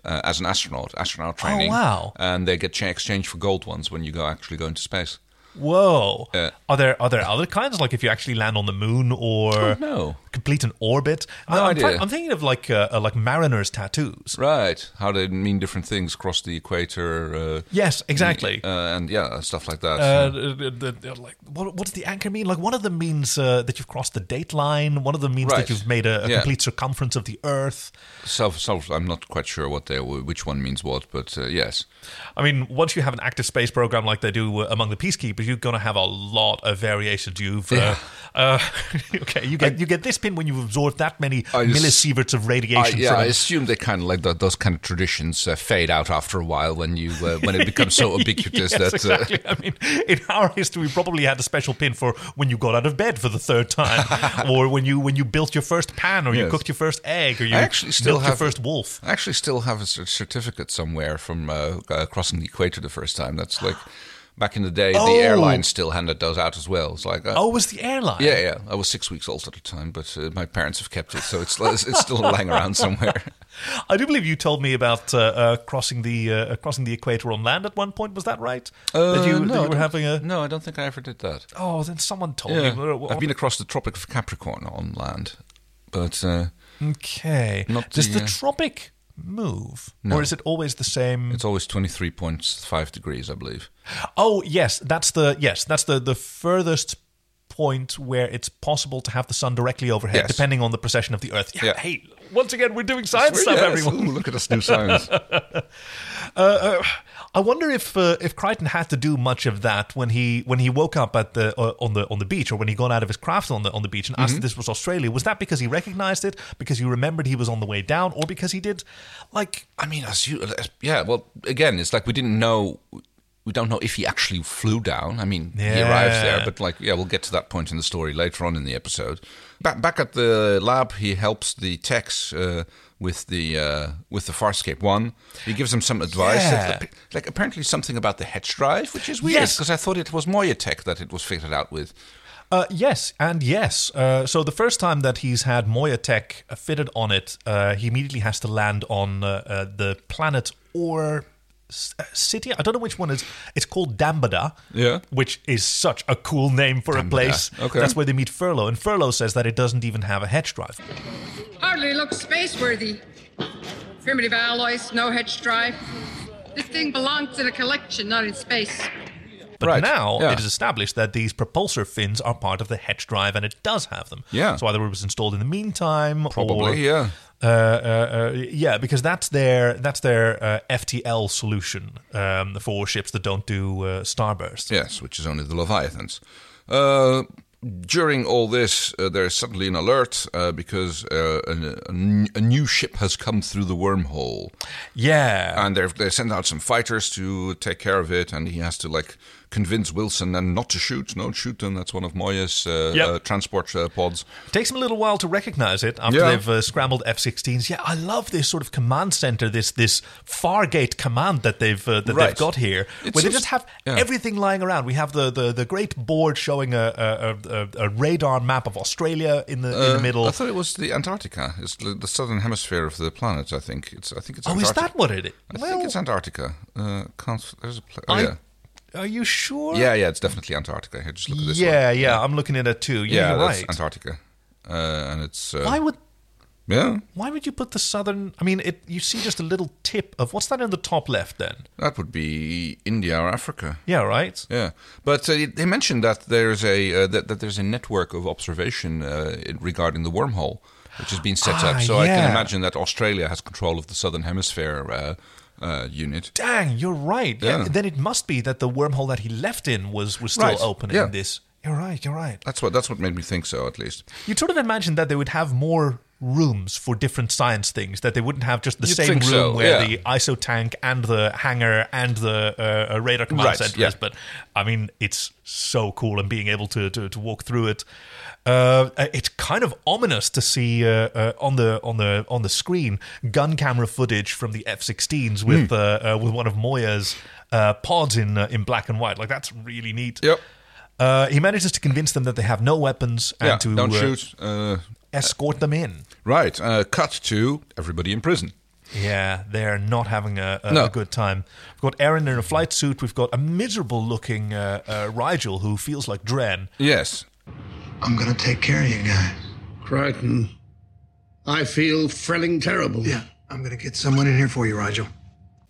uh, as an astronaut, astronaut training. Oh, wow. And they get cha- exchanged for gold ones when you go actually go into space. Whoa. Uh, are there are there other kinds? Like if you actually land on the moon or no. complete an orbit? No I'm, idea. thi- I'm thinking of like uh, uh, like mariners' tattoos. Right? How they mean different things across the equator. Uh, Yes, exactly. Uh, and yeah, stuff like that. Uh, the- the- the- like what, what does the anchor mean? Like one of them means uh, that you've crossed the date line. One of them means Right. that you've made a, a Yeah. complete circumference of the Earth. Self, self. I'm not quite sure what they, which one means what, but uh, yes, I mean, once you have an active space program like they do uh, among the peacekeepers, you're going to have a lot of variations. You've uh, uh, okay, you get you get this pin when you've absorbed that many I just- millisieverts of I, radiation. yeah. from I it. assume they kind of like th those kind of traditions uh, fade out after a while when you uh, when it becomes so ubiquitous Yes, that uh, exactly. I mean, in our history, we probably had a special pin for when you got out of bed for the third time, or when you when you built your first pan, or you Yes. cooked your first egg, or you I actually still milked have- your first wolf. I actually still have a cer- certificate somewhere from uh, uh, crossing the equator the first time. That's like back in the day, Oh. the airline still handed those out as well. It's like uh, Oh, it was the airline? Yeah, yeah. I was six weeks old at the time, but uh, my parents have kept it, so it's it's still lying around somewhere. I do believe you told me about uh, uh, crossing the uh, crossing the equator on land at one point. Was that right? that you, Uh, no, that I you were don't- having a. No, I don't think I ever did that. Oh, then someone told Yeah. me. I've been across the Tropic of Capricorn on land, but uh, okay. Not Does the, the uh, tropic move, No. or is it always the same? it's always 23.5 degrees, I believe. Oh yes, that's the yes, that's the the furthest point where it's possible to have the sun directly overhead, Yes. depending on the precession of the Earth. Yeah, Yeah. Hey, once again, we're doing science stuff, Yes. everyone. Uh, Ooh, look at us, new science. I wonder if uh, if Crichton had to do much of that when he when he woke up at the uh, on the on the beach, or when he got out of his craft on the on the beach and asked Mm-hmm. if this was Australia. Was that because he recognized it, because he remembered he was on the way down, or because he did like I mean, as you, as- yeah. Well, again, it's like we didn't know we don't know if he actually flew down. I mean, he arrives there, Yeah. but like, yeah, we'll get to that point in the story later on in the episode. Back back at the lab, he helps the techs uh, with the uh, with the Farscape One. He gives them some advice, Yeah. like, like apparently something about the hex drive, which is weird Yes. because I thought it was Moya Tech that it was fitted out with. Uh, yes, and yes. Uh, so the first time that he's had Moya Tech uh, fitted on it, uh, he immediately has to land on uh, uh, the planet or s- uh, city. I don't know which one is. It's called Dambada. Yeah. Which is such a cool name for a place. Okay. That's where they meet Furlough, and Furlough says that it doesn't even have a hedge drive. Hardly looks space worthy. Primitive alloys, no hedge drive. This thing belongs in a collection, not in space. But Right, now yeah. it is established that these propulsor fins are part of the hedge drive, and it does have them. Yeah. So either it was installed in the meantime, or, Probably, yeah. uh, uh, uh, yeah, because that's their that's their uh, FTL solution um, for ships that don't do uh, starburst. Yes, which is only the Leviathans. Uh, during all this, uh, there is suddenly an alert uh, because uh, an- a, n- a new ship has come through the wormhole, Yeah. and they've they sent out some fighters to take care of it, and he has to like convince Wilson and not to shoot, no shoot them. That's one of Moya's uh, Yep. uh, transport uh, pods. Takes them a little while to recognize it after Yeah. they've uh, scrambled F-16s. Yeah, I love this sort of command center, this this Fargate command that they've uh, that Right. they've got here, It where they seems- just have yeah. everything lying around. We have the the, the great board showing a, a, a, a- a radar map of Australia in the in the middle. Uh, I thought it was the Antarctica. It's the, the southern hemisphere of the planet. I think it's. I think it's. oh, is Antarctica. that what it is? I well, think it's Antarctica. Uh, can't. There's a. Pla- oh, I- yeah. are you sure? Yeah, yeah, it's definitely Antarctica. Here, just look at this one. Yeah, yeah, I'm looking at it too. Yeah, Yeah, you're that's right. Antarctica, uh, and it's uh, Why would yeah. why would you put the southern? I mean, it you see just a little tip of what's that in the top left then? That would be India or Africa. Yeah, right. Yeah, but uh, they mentioned that there's a uh, that, that there's a network of observation uh, in- regarding the wormhole, which has been set Ah, up. So I can yeah. imagine that Australia has control of the southern hemisphere uh, uh, unit. Dang, you're right. Yeah. Then it must be that the wormhole that he left in was was still Right, open yeah. in this. You're right. You're right. That's what that's what made me think so, at least. You'd sort of imagine that they would have more rooms for different science things that they wouldn't have just the You'd same think room so, where yeah. the iso tank and the hangar and the uh, uh, radar command Right, center yeah. is but i mean it's so cool and being able to to, to walk through it uh, uh, it's kind of ominous to see uh, uh, on the on the on the screen gun camera footage from the F16s Hmm. with uh, uh, with one of Moya's uh, pods in uh, in black and white like that's really neat Yep. uh, he manages to convince them that they have no weapons and yeah. to don't uh, shoot. Uh, escort them in. right. Uh, cut to everybody in prison. Yeah, they're not having a, a, No. a good time. We've got Aaron in a flight suit. We've got a miserable looking uh, uh, Rigel who feels like Dren. Yes. I'm gonna take care of you guys. Crichton, I feel frilling terrible. Yeah, I'm gonna get someone in here for you, Rigel.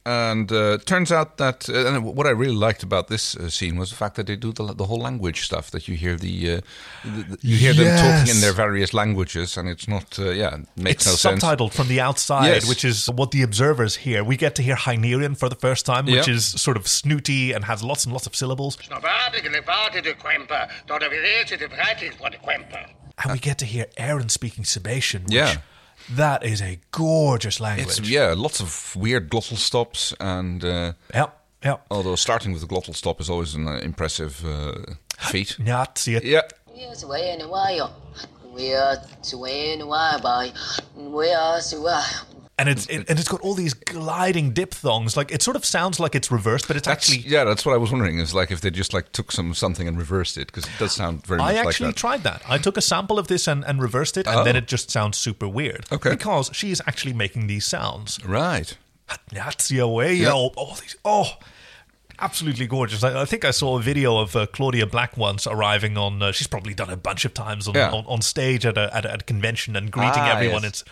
And uh, turns out that, uh, and what I really liked about this uh, scene was the fact that they do the, the whole language stuff. That you hear the, uh, the, the- you hear them talking in Yes. their various languages, and it's not, uh, yeah, it makes It's no sense. subtitled from the outside, Yes. which is what the observers hear. We get to hear Hynerian for the first time, which Yeah. is sort of snooty and has lots and lots of syllables. And we get to hear Aaron speaking Sebation, which Yeah. that is a gorgeous It's language. yeah, lots of weird glottal stops, and uh, Yep, yep. although starting with a glottal stop is always an uh, impressive uh, feat. Nazi- Yeah, and it's it, and it's got all these gliding diphthongs. Like it sort of sounds like it's reversed, but it's that's actually. yeah, that's what I was wondering. Is like if they just like took some something and reversed it because it does sound very much I like actually that. tried that. I took a sample of this and, and reversed it, and Oh. then it just sounds super weird. Okay. Because she is actually making these sounds. right. Nazi away, Yeah. oh, all these, oh, absolutely gorgeous. I, I think I saw a video of uh, Claudia Black once arriving on. Uh, she's probably done it a bunch of times on, Yeah. on, on stage at a, at a, at a convention and greeting Ah, everyone. yes. It's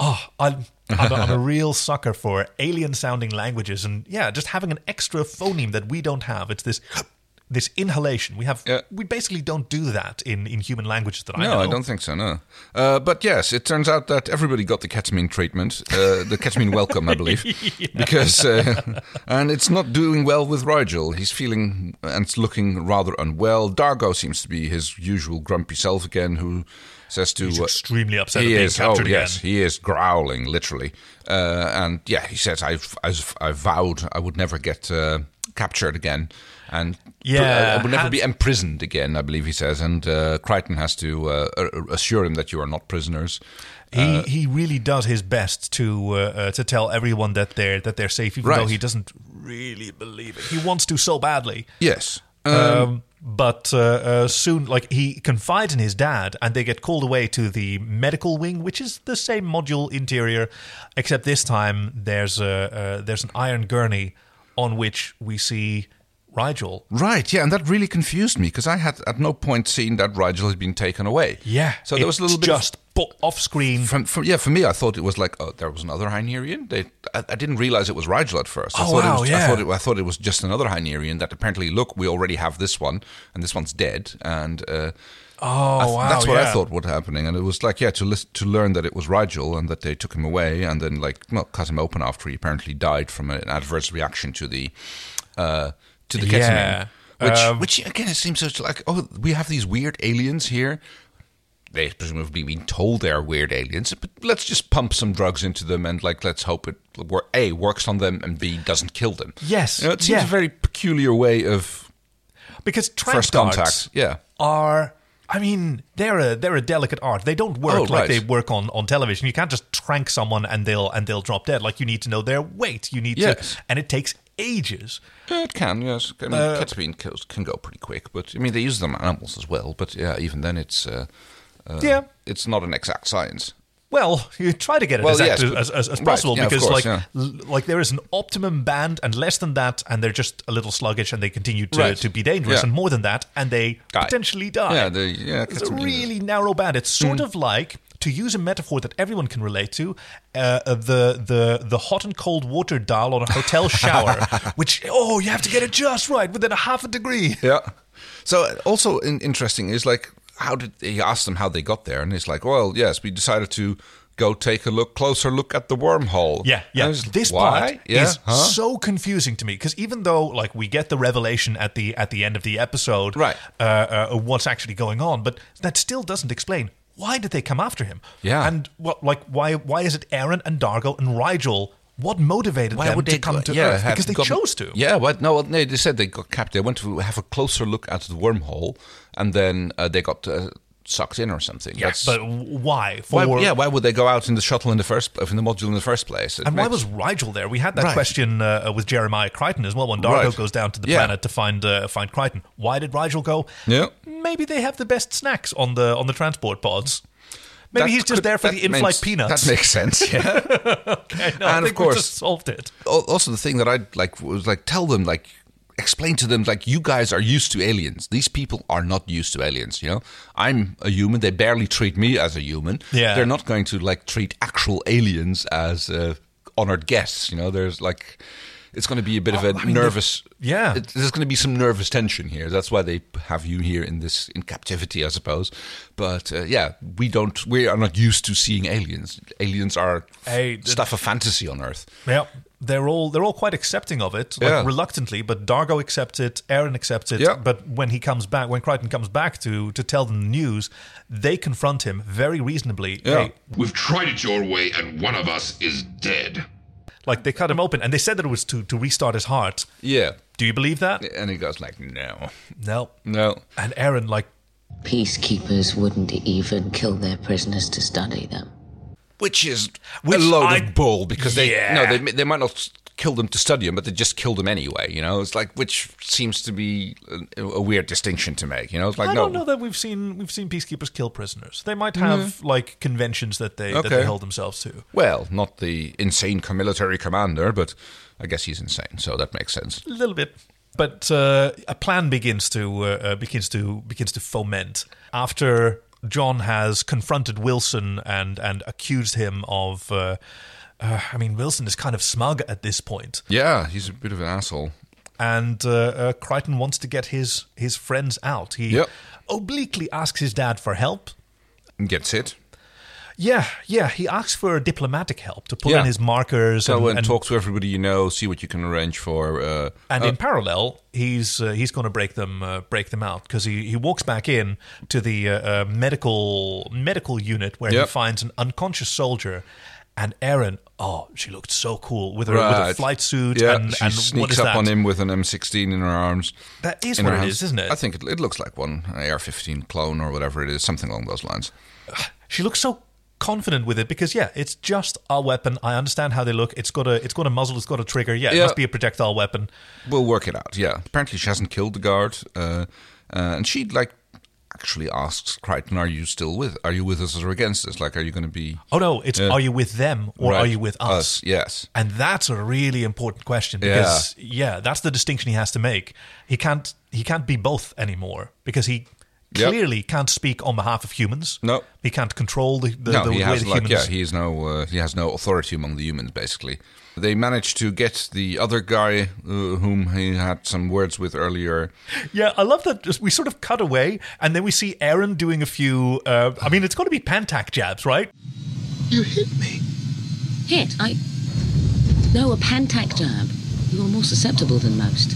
oh, I'm, I'm, a, I'm a real sucker for alien sounding languages, and yeah, just having an extra phoneme that we don't have. It's this. this inhalation. We have we basically don't do that in, in human languages that I no, know. I don't think so. No, uh, but yes, it turns out that everybody got the ketamine treatment, uh, the ketamine welcome, I believe, Yeah. because uh, and it's not doing well with Rigel. He's feeling and looking rather unwell. Dargo seems to be his usual grumpy self again, who says to uh, He's extremely upset He at being is. captured oh yes, again. he is growling literally, uh, and yeah, he says, "I've I've, I've vowed I would never get uh, captured again." And Yeah, I would never had- be imprisoned again, I believe he says. And uh, Crichton has to uh, a- assure him that you are not prisoners. He he really does his best to uh, uh, to tell everyone that they're that they're safe, even Right. though he doesn't really believe it. He wants to so badly. Yes. Um, Um, but uh, uh, soon, like he confides in his dad, and they get called away to the medical wing, which is the same module interior, except this time there's a uh, there's an iron gurney on which we see Rigel. Right, yeah, and that really confused me because I had at no point seen that Rigel had been taken away. Yeah, so there was a it's little bit of- just bo- off screen. From, from, yeah, for me, I thought it was like, oh, there was another Hynerian. They, I, I didn't realize it was Rigel at first. I Oh, thought wow, it was, yeah. I thought it, I thought it was just another Hynerian that apparently, look, we already have this one, and this one's dead. And uh, Oh, I th- wow, that's what yeah. I thought was happening. And it was like, yeah, to list, to learn that it was Rigel and that they took him away and then like well, cut him open after he apparently died from an adverse reaction to the uh, to the ketamine. Yeah. Which, Um, which again, it seems so like oh, we have these weird aliens here they've presumably been told they're weird aliens, but let's just pump some drugs into them and like let's hope it wor- a works on them and b doesn't kill them. Yes, You know, it seems yeah. a very peculiar way of because trap first cards contact. Yeah, are I mean they're a they're a delicate art. They don't work Oh, like right. they work on, on television. You can't just trank someone and they'll and they'll drop dead. Like you need to know their weight. You need Yes. to and it takes ages. Yeah, it can. Yes, I mean, Uh, ketamine kills can go pretty quick, but I mean they use them on animals as well. But yeah, even then it's uh, uh, Yeah. it's not an exact science. Well, you try to get it Well, as, yes, active but- as, as, as right, possible yeah, of because course, like yeah. l- like there is an optimum band and less than that and they're just a little sluggish and they continue to, Right. to be dangerous Yeah. and more than that and they Die. potentially die. Yeah, the- yeah, it's a ketamine is- really narrow band. It's sort of like to use a metaphor that everyone can relate to, uh, uh, the the the hot and cold water dial on a hotel shower, which oh you have to get it just right within a half a degree. Yeah. So uh, also in- interesting is like how did he asked them how they got there, and it's like, well, yes, we decided to go take a look closer look at the wormhole. Yeah, yeah. And it's- This why? part Yeah, is huh? so confusing to me because even though like we get the revelation at the at the end of the episode, Right. uh, uh, what's actually going on, but that still doesn't explain why did they come after him. Yeah. and what like why why is it Aaron and Dargo and Rigel? What motivated Why them would they to come to yeah, Earth? have Because they gotten- chose to. Yeah, what? No, well, no, they said they got capped. They went to have a closer look at the wormhole, and then uh, they got uh, sucked in or something. Yeah, That's, but why? For why, yeah, why would they go out in the shuttle in the first, in the module in the first place? It And why makes- was Rigel there? We had that Right. question uh, with Jeremiah Crichton as well. When Dargo Right. goes down to the Yeah. planet to find uh, find Crichton, why did Rigel go? Yeah. maybe they have the best snacks on the on the transport pods. Maybe That he's just could- there for that the in-flight makes- peanuts. That makes sense. Yeah. Okay, no, I and of think we course- just solved it. al- also the thing that I like was like tell them like explain to them like you guys are used to aliens these people are not used to aliens you know i'm a human they barely treat me as a human Yeah. they're not going to like treat actual aliens as uh, honored guests you know there's like it's going to be a bit of Oh, a nervous yeah. it- there's going to be some nervous tension here that's why they have you here in this in captivity i suppose but uh, yeah we don't we are not used to seeing aliens aliens are Hey, th- stuff of fantasy on earth Yeah, they're all they're all quite accepting of it, like Yeah. reluctantly. But Dargo accepts it, Aaron accepts it. Yeah. But when he comes back, when Crichton comes back to to tell them the news, they confront him very reasonably. Yeah. Hey, We've tried it your way, and one of us is dead. like they cut him open, and they said that it was to to restart his heart. yeah Do you believe that? And he goes like, no, No. no. And Aaron, like, Peacekeepers wouldn't even kill their prisoners to study them. Which is Which a load I- of bull because they Yeah. no they they might not kill them to study them, but they just kill them anyway. You know, it's like which seems to be a, a weird distinction to make. You know, it's like I no, Mm-hmm. don't know that we've seen we've seen peacekeepers kill prisoners. They might have like conventions that they that they Okay. hold themselves to. well, not the insane co- military commander, but I guess he's insane, so that makes sense. A little bit. But uh, a plan begins to uh, uh, begins to begins to foment after John has confronted Wilson and and accused him of. Uh, uh, I mean, Wilson is kind of smug at this point. Yeah, he's a bit of an asshole. and uh, uh, Crichton wants to get his his friends out. He Yep. obliquely asks his dad for help. Gets it. Yeah, yeah. He asks for diplomatic help to pull in his markers. Go and, and talk to everybody you know, see what you can arrange for. Uh, And uh, in parallel, he's uh, he's going to break them uh, break them out because he, he walks back in to the uh, uh, medical medical unit where Yep. he finds an unconscious soldier, and Erin. Oh, she looked so cool with her with a Right. flight suit. Yeah, and, she and sneaks what is up that? on him with an M16 in her arms. That is In what her it hands. is, isn't it? I think it, it looks like one an AR-15 clone or whatever it is, something along those lines. She looks so confident with it because yeah, it's just a weapon. I understand how they look. It's got a it's got a muzzle. It's got a trigger. Yeah, it Yeah. must be a projectile weapon. We'll work it out. Yeah. Apparently, she hasn't killed the guard, uh, uh, and she like actually asks Crichton, "Are you still with? Are you with us or against us? Like, are you going to be?" Oh no, it's Yeah. are you with them or Right. are you with us? Us, yes. And that's a really important question Yeah. because yeah. that's the distinction he has to make. He can't he can't be both anymore because he Yep. clearly can't speak on behalf of humans. No. He can't control the, the, no, the he way has the like humans yeah, he is no uh, he has no authority among the humans. Basically, they managed to get the other guy uh, whom he had some words with earlier. Yeah, I love that just- we sort of cut away and then we see Aaron doing a few uh, I mean it's gotta be Pantac jabs, right? You hit me. Hit? I. No, a pantac jab. You are more susceptible than most.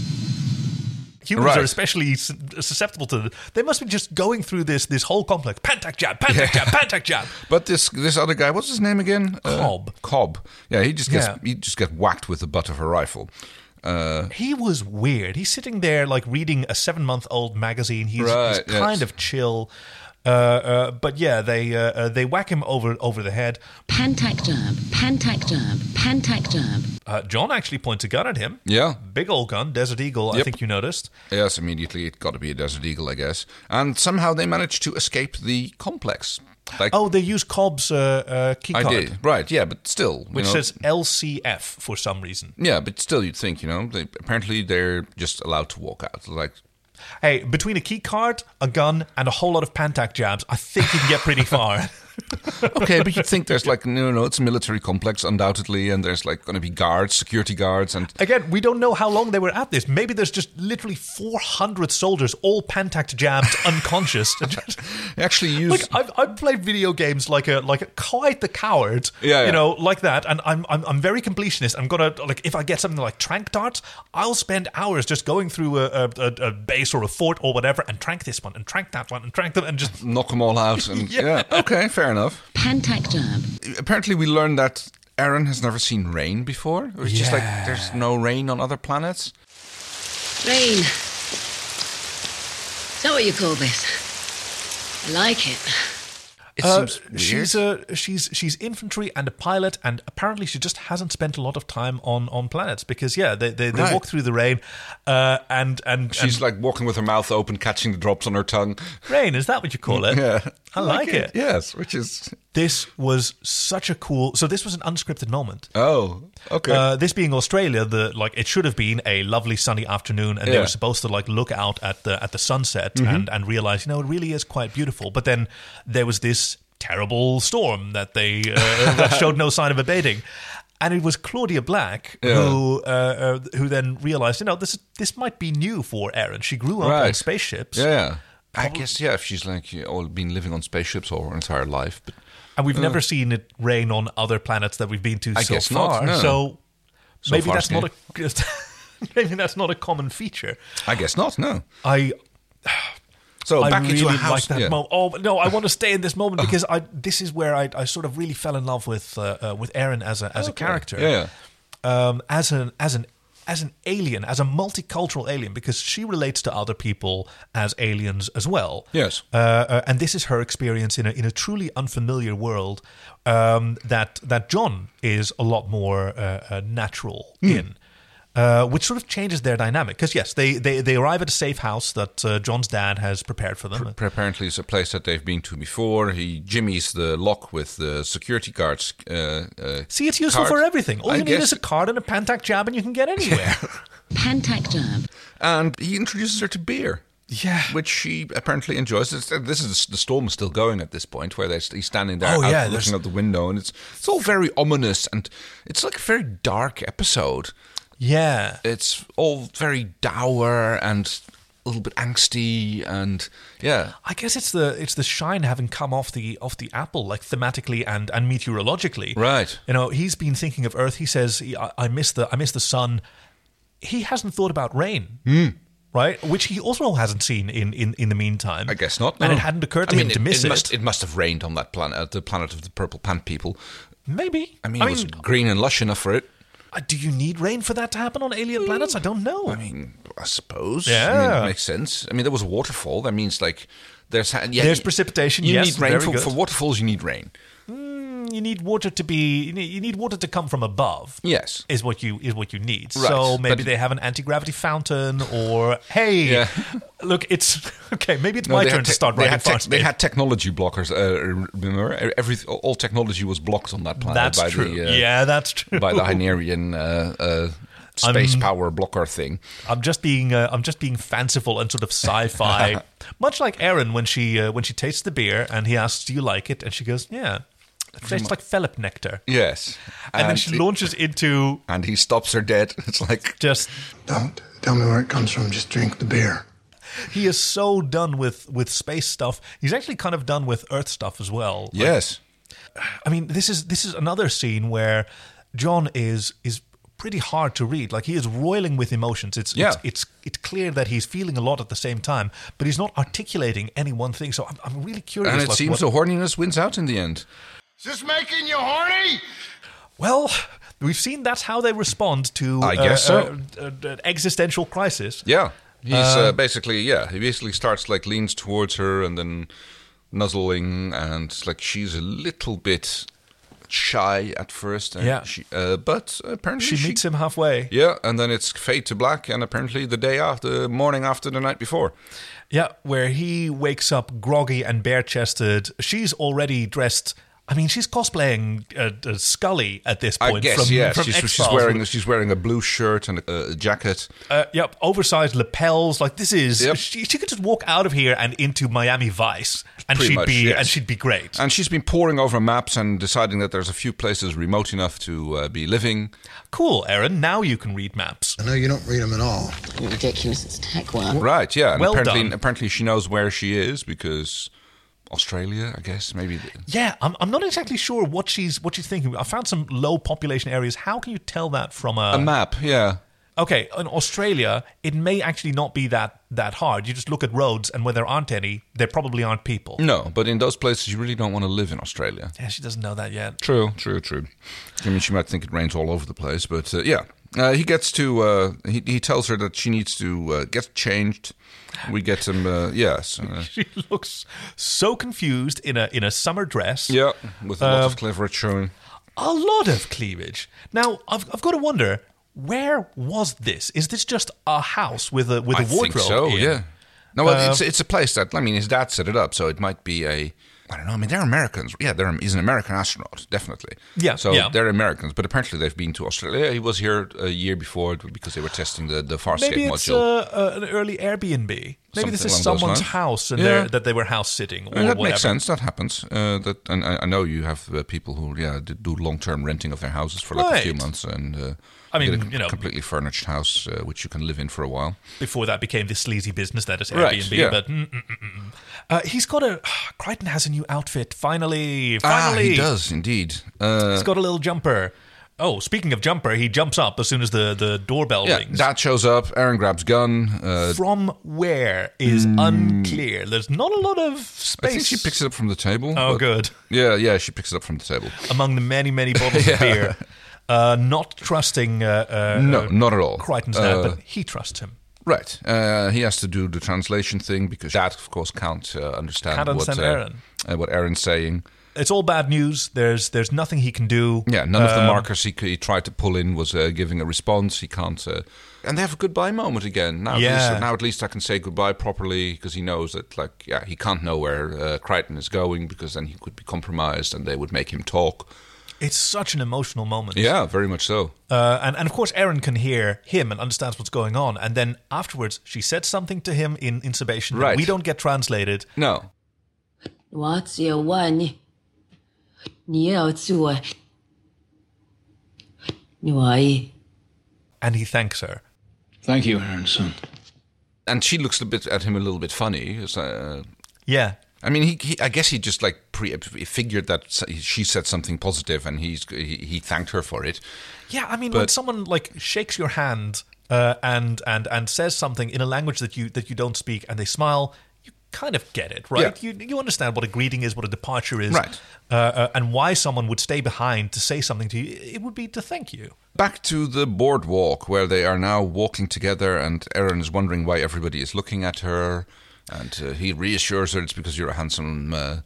Humans Right. are especially sus- susceptible to. The, they must be just going through this this whole complex pantac jab, pantac jab, pantac jab. But this this other guy, what's his name again? Cobb. Cobb. Yeah, he just gets Yeah. he just gets whacked with the butt of a rifle. Uh, He was weird. He's sitting there like reading a seven month old magazine. He's, he's Right, yes. kind of chill. Uh, uh, but yeah, they uh, uh, they whack him over over the head. Pantac jab. Pantac jab. Pantac jab. Uh, John actually points a gun at him. yeah. Big old gun, Desert Eagle. I Yep. think you noticed. Yes, immediately it got to be a Desert Eagle, I guess. And somehow they managed to escape the complex. Like Oh, they use Cobb's uh, uh, key I card, did, right? Yeah, but still, you which know, says LCF for some reason. yeah, but still, you'd think, you know, they, apparently they're just allowed to walk out. Like Hey, between a key card, a gun, and a whole lot of Pantac jabs, I think you can get pretty far. okay, but you'd think there's like no, no, it's a military complex undoubtedly, and there's like going to be guards, security guards, and Again, we don't know how long they were at this. Maybe there's just literally 400 soldiers, all pantacked, jabbed, unconscious. actually use. Like I've, I've played video games like a like a quite the coward, Yeah, yeah. you know, like that, and I'm, I'm I'm very completionist. I'm gonna like if I get something like trank darts, I'll spend hours just going through a, a, a, a base or a fort or whatever, and trank this one, and trank that one, and trank them, and just knock them all out. And Yeah. yeah. okay, fair enough. Pantac jab. Apparently, we learned that Aaron has never seen rain before. It was just like there's no rain on other planets. Rain. Is that what you call this? I like it. It seems weird. Uh, She's a she's she's infantry and a pilot, and apparently she just hasn't spent a lot of time on on planets because yeah, they they, they Right. walk through the rain, uh, and and She's and like walking with her mouth open, catching the drops on her tongue. rain. Is that what you call it? Yeah, I like it. Yes, which is This was such a cool. So this was an unscripted moment. oh okay. Uh, this being Australia, the like it should have been a lovely sunny afternoon, and they Yeah. were supposed to like look out at the at the sunset Mhm. and and realize you know it really is quite beautiful. But then there was this terrible storm that they uh, that showed no sign of abating. And it was Claudia Black Yeah. who uh, uh, who then realized, you know, this this might be new for Erin. She grew up on Right. spaceships, yeah, I guess yeah. If she's like you know, all been living on spaceships all her entire life, but and we've Uh. never seen it rain on other planets that we've been to I so guess not, far. no. So, So maybe far, that's not a maybe that's not a common feature. I guess not. No. I So I Oh, back really into a house. like that yeah. Ah. moment. Oh but no, I want to stay in this moment because I this is where I, I sort of really fell in love with uh, uh, with Aaron as a as a Okay. character. Yeah. Um, as an as an as an alien, as a multicultural alien, because she relates to other people as aliens as well. Yes. Uh, uh, and this is her experience in a in a truly unfamiliar world um, that that John is a lot more uh, uh, natural Hmm. in. Uh, which sort of changes their dynamic because yes, they, they they arrive at a safe house that uh, John's dad has prepared for them. Apparently, it's a place that they've been to before. He jimmies the lock with the security guards. Uh, uh, See, it's useful card. for everything. All I you need guess- is a card and a Pantac jab, and you can get anywhere. Pantac jab. and he introduces her to beer. Yeah, which she apparently enjoys. It's- uh, This is the storm is still going at this point, where they're, he's standing there, Oh, out yeah, there's- looking out the window, and it's it's all very ominous, and it's like a very dark episode. Yeah. It's all very dour and a little bit angsty and yeah. I guess it's the it's the shine having come off the off the apple, like thematically and and meteorologically. Right. You know, he's been thinking of Earth. He says, he- "I, I miss the I miss the sun." He hasn't thought about rain. Hmm. Right, which he also hasn't seen in, in, in the meantime. I guess not. And no. it hadn't occurred to I him mean, to miss it. Must, it must have rained on that planet, the planet of the purple pant people. Maybe. I mean, I it was mean- green and lush enough for it. Uh, Do you need rain for that to happen on alien planets? I don't know. I mean, Hmm. I suppose. I mean, Yeah. it makes sense. I mean, there was a waterfall. That means like there's ha- yeah, There's you- precipitation, You yes, need rain very for, good. for waterfalls. You need rain. Mm, you need water to be. You need, you need water to come from above. Yes. is what you is what you need. Right, So maybe but- they have an anti gravity fountain, or hey, Yeah. look, it's okay. Maybe it's No, my they had turn to tech- start they writing had, tech- fast. they had technology blockers. Uh, remember, every all technology was blocked on that planet. That's by true. The, uh, Yeah, that's true. By the Hynerian uh, uh, space I'm- power blocker thing. I'm just being uh, I'm just being fanciful and sort of sci-fi, much like Erin when she uh, when she tastes the beer and he asks, "Do you like it?" and she goes, "Yeah." It tastes like Philip nectar. Yes, And, then she launches into, and he stops her dead. It's like just Don't tell me where it comes from. Just drink the beer. he is so done with with space stuff. He's actually kind of done with Earth stuff as well. Like, yes. I mean, this is this is another scene where John is is pretty hard to read. Like he is roiling with emotions. It's Yeah. it's, it's it's clear that he's feeling a lot at the same time, but he's not articulating any one thing. So I'm, I'm really curious. And it like, seems what- the horniness wins out in the end. Is this making you horny? well. We've seen that's how they respond to I guess so. uh, uh, uh, existential crisis. Yeah, he's uh, Uh, basically yeah. He basically starts like leans towards her and then nuzzling, and like she's a little bit shy at first. And Yeah. she, uh, but apparently She meets him halfway. Yeah, and then it's fade to black, and apparently the day after, morning after the night before. Yeah, where he wakes up groggy and bare chested. She's already dressed. I mean, she's cosplaying uh, uh, Scully at this point. I guess from, yes. from she's, she's X-Files. wearing she's wearing a blue shirt and a, a jacket. Uh, yep, oversized lapels. Like this is she, she could just walk out of here and into Miami Vice, and Pretty she'd much, be yes. Uh, and she'd be great. And she's been poring over maps and deciding that there's a few places remote enough to uh, be living. Cool, Aaron. Now you can read maps. I know you don't read them at all. Ridiculous. It's tech work. Right, yeah. And Well apparently, done. apparently she knows where she is because Australia, I guess, maybe. Yeah, I'm, I'm not exactly sure what she's what she's thinking. I found some low population areas. How can you tell that from a a map, yeah. Okay, in Australia, it may actually not be that that hard. You just look at roads, and where there aren't any, there probably aren't people. No, but in those places, you really don't want to live in Australia. Yeah, she doesn't know that yet. True, true, true. I mean, she might think it rains all over the place, but uh, yeah. Uh, he gets to, uh, he, he tells her that she needs to uh, get changed. We get him, uh, yes. Uh, She looks so confused in a in a summer dress. yeah, Uh, with a lot Um, of cleverage showing. a lot of cleavage. Now, I've, I've got to wonder where was this? Is this just a house with a with a I wardrobe? Think so in? yeah. No, well, Uh, it's it's a place that I mean his dad set it up, so it might be a I don't know. I mean they're Americans. Yeah, they're, he's an American astronaut, definitely. Yeah, So yeah. they're Americans, but apparently they've been to Australia. He was here a year before because they were testing the the Farscape maybe it's uh, module. uh, an early Airbnb. Maybe this Something is along those someone's lines. house and Yeah. they're that they were house sitting. Or Uh, that whatever. makes sense. That happens. Uh, that, and I, I know you have uh, people who yeah d- do long term renting of their houses for like a few Right. months, and uh, I mean, get a you know- completely furnished house uh, which you can live in for a while. Before that became this sleazy business that is Airbnb. Right, yeah. But mm, mm, mm, mm. Uh, he's got a Crichton has a new outfit. Finally, Ah, finally, he does indeed. Uh, He's got a little jumper. Oh, speaking of jumper, he jumps up as soon as the the doorbell yeah, rings. Dad shows up. Aaron grabs gun. Uh, From where is unclear. There's not a lot of space. Hmm. I think she picks it up from the table. Oh, but- good. Yeah, yeah, she picks it up from the table. among the many, many bottles of beer. Uh, not trusting. Uh, uh, No, uh, not at all. Crichton's Uh, dad, but he trusts him. Right. Uh, he has to do the translation thing because Dad, of course, can't uh, understand, Can't understand what Aaron. Uh, what Aaron's saying. It's all bad news. There's there's nothing he can do. Yeah, none of the Um, markers he, c- he tried to pull in was uh, giving a response. He can't. Uh, and they have a goodbye moment again. Now, at Yeah. least, now at least I can say goodbye properly because he knows that, like, yeah, he can't know where uh, Crichton is going because then he could be compromised and they would make him talk. It's such an emotional moment. Yeah, very much so. Uh, and, and of course, Erin can hear him and understands what's going on. And then afterwards, she said something to him in, in Sebastian that Right. we don't get translated. No. What's your one? 你要做，你 and he thanks her. Thank you, Aronson. And she looks a bit at him a little bit funny. It's, uh, Yeah. I mean, he, he I guess he just like pre he figured that she said something positive, and he's he, he thanked her for it. Yeah, I mean, when But- someone like shakes your hand uh, and and and says something in a language that you that you don't speak, and they smile, you kind of get it, right? You you understand what a greeting is, what a departure is, Right. Uh, uh, and why someone would stay behind to say something to you. It would be to thank you. Back to the boardwalk where they are now walking together, and Aaron is wondering why everybody is looking at her, and uh, he reassures her it's because you're a handsome uh,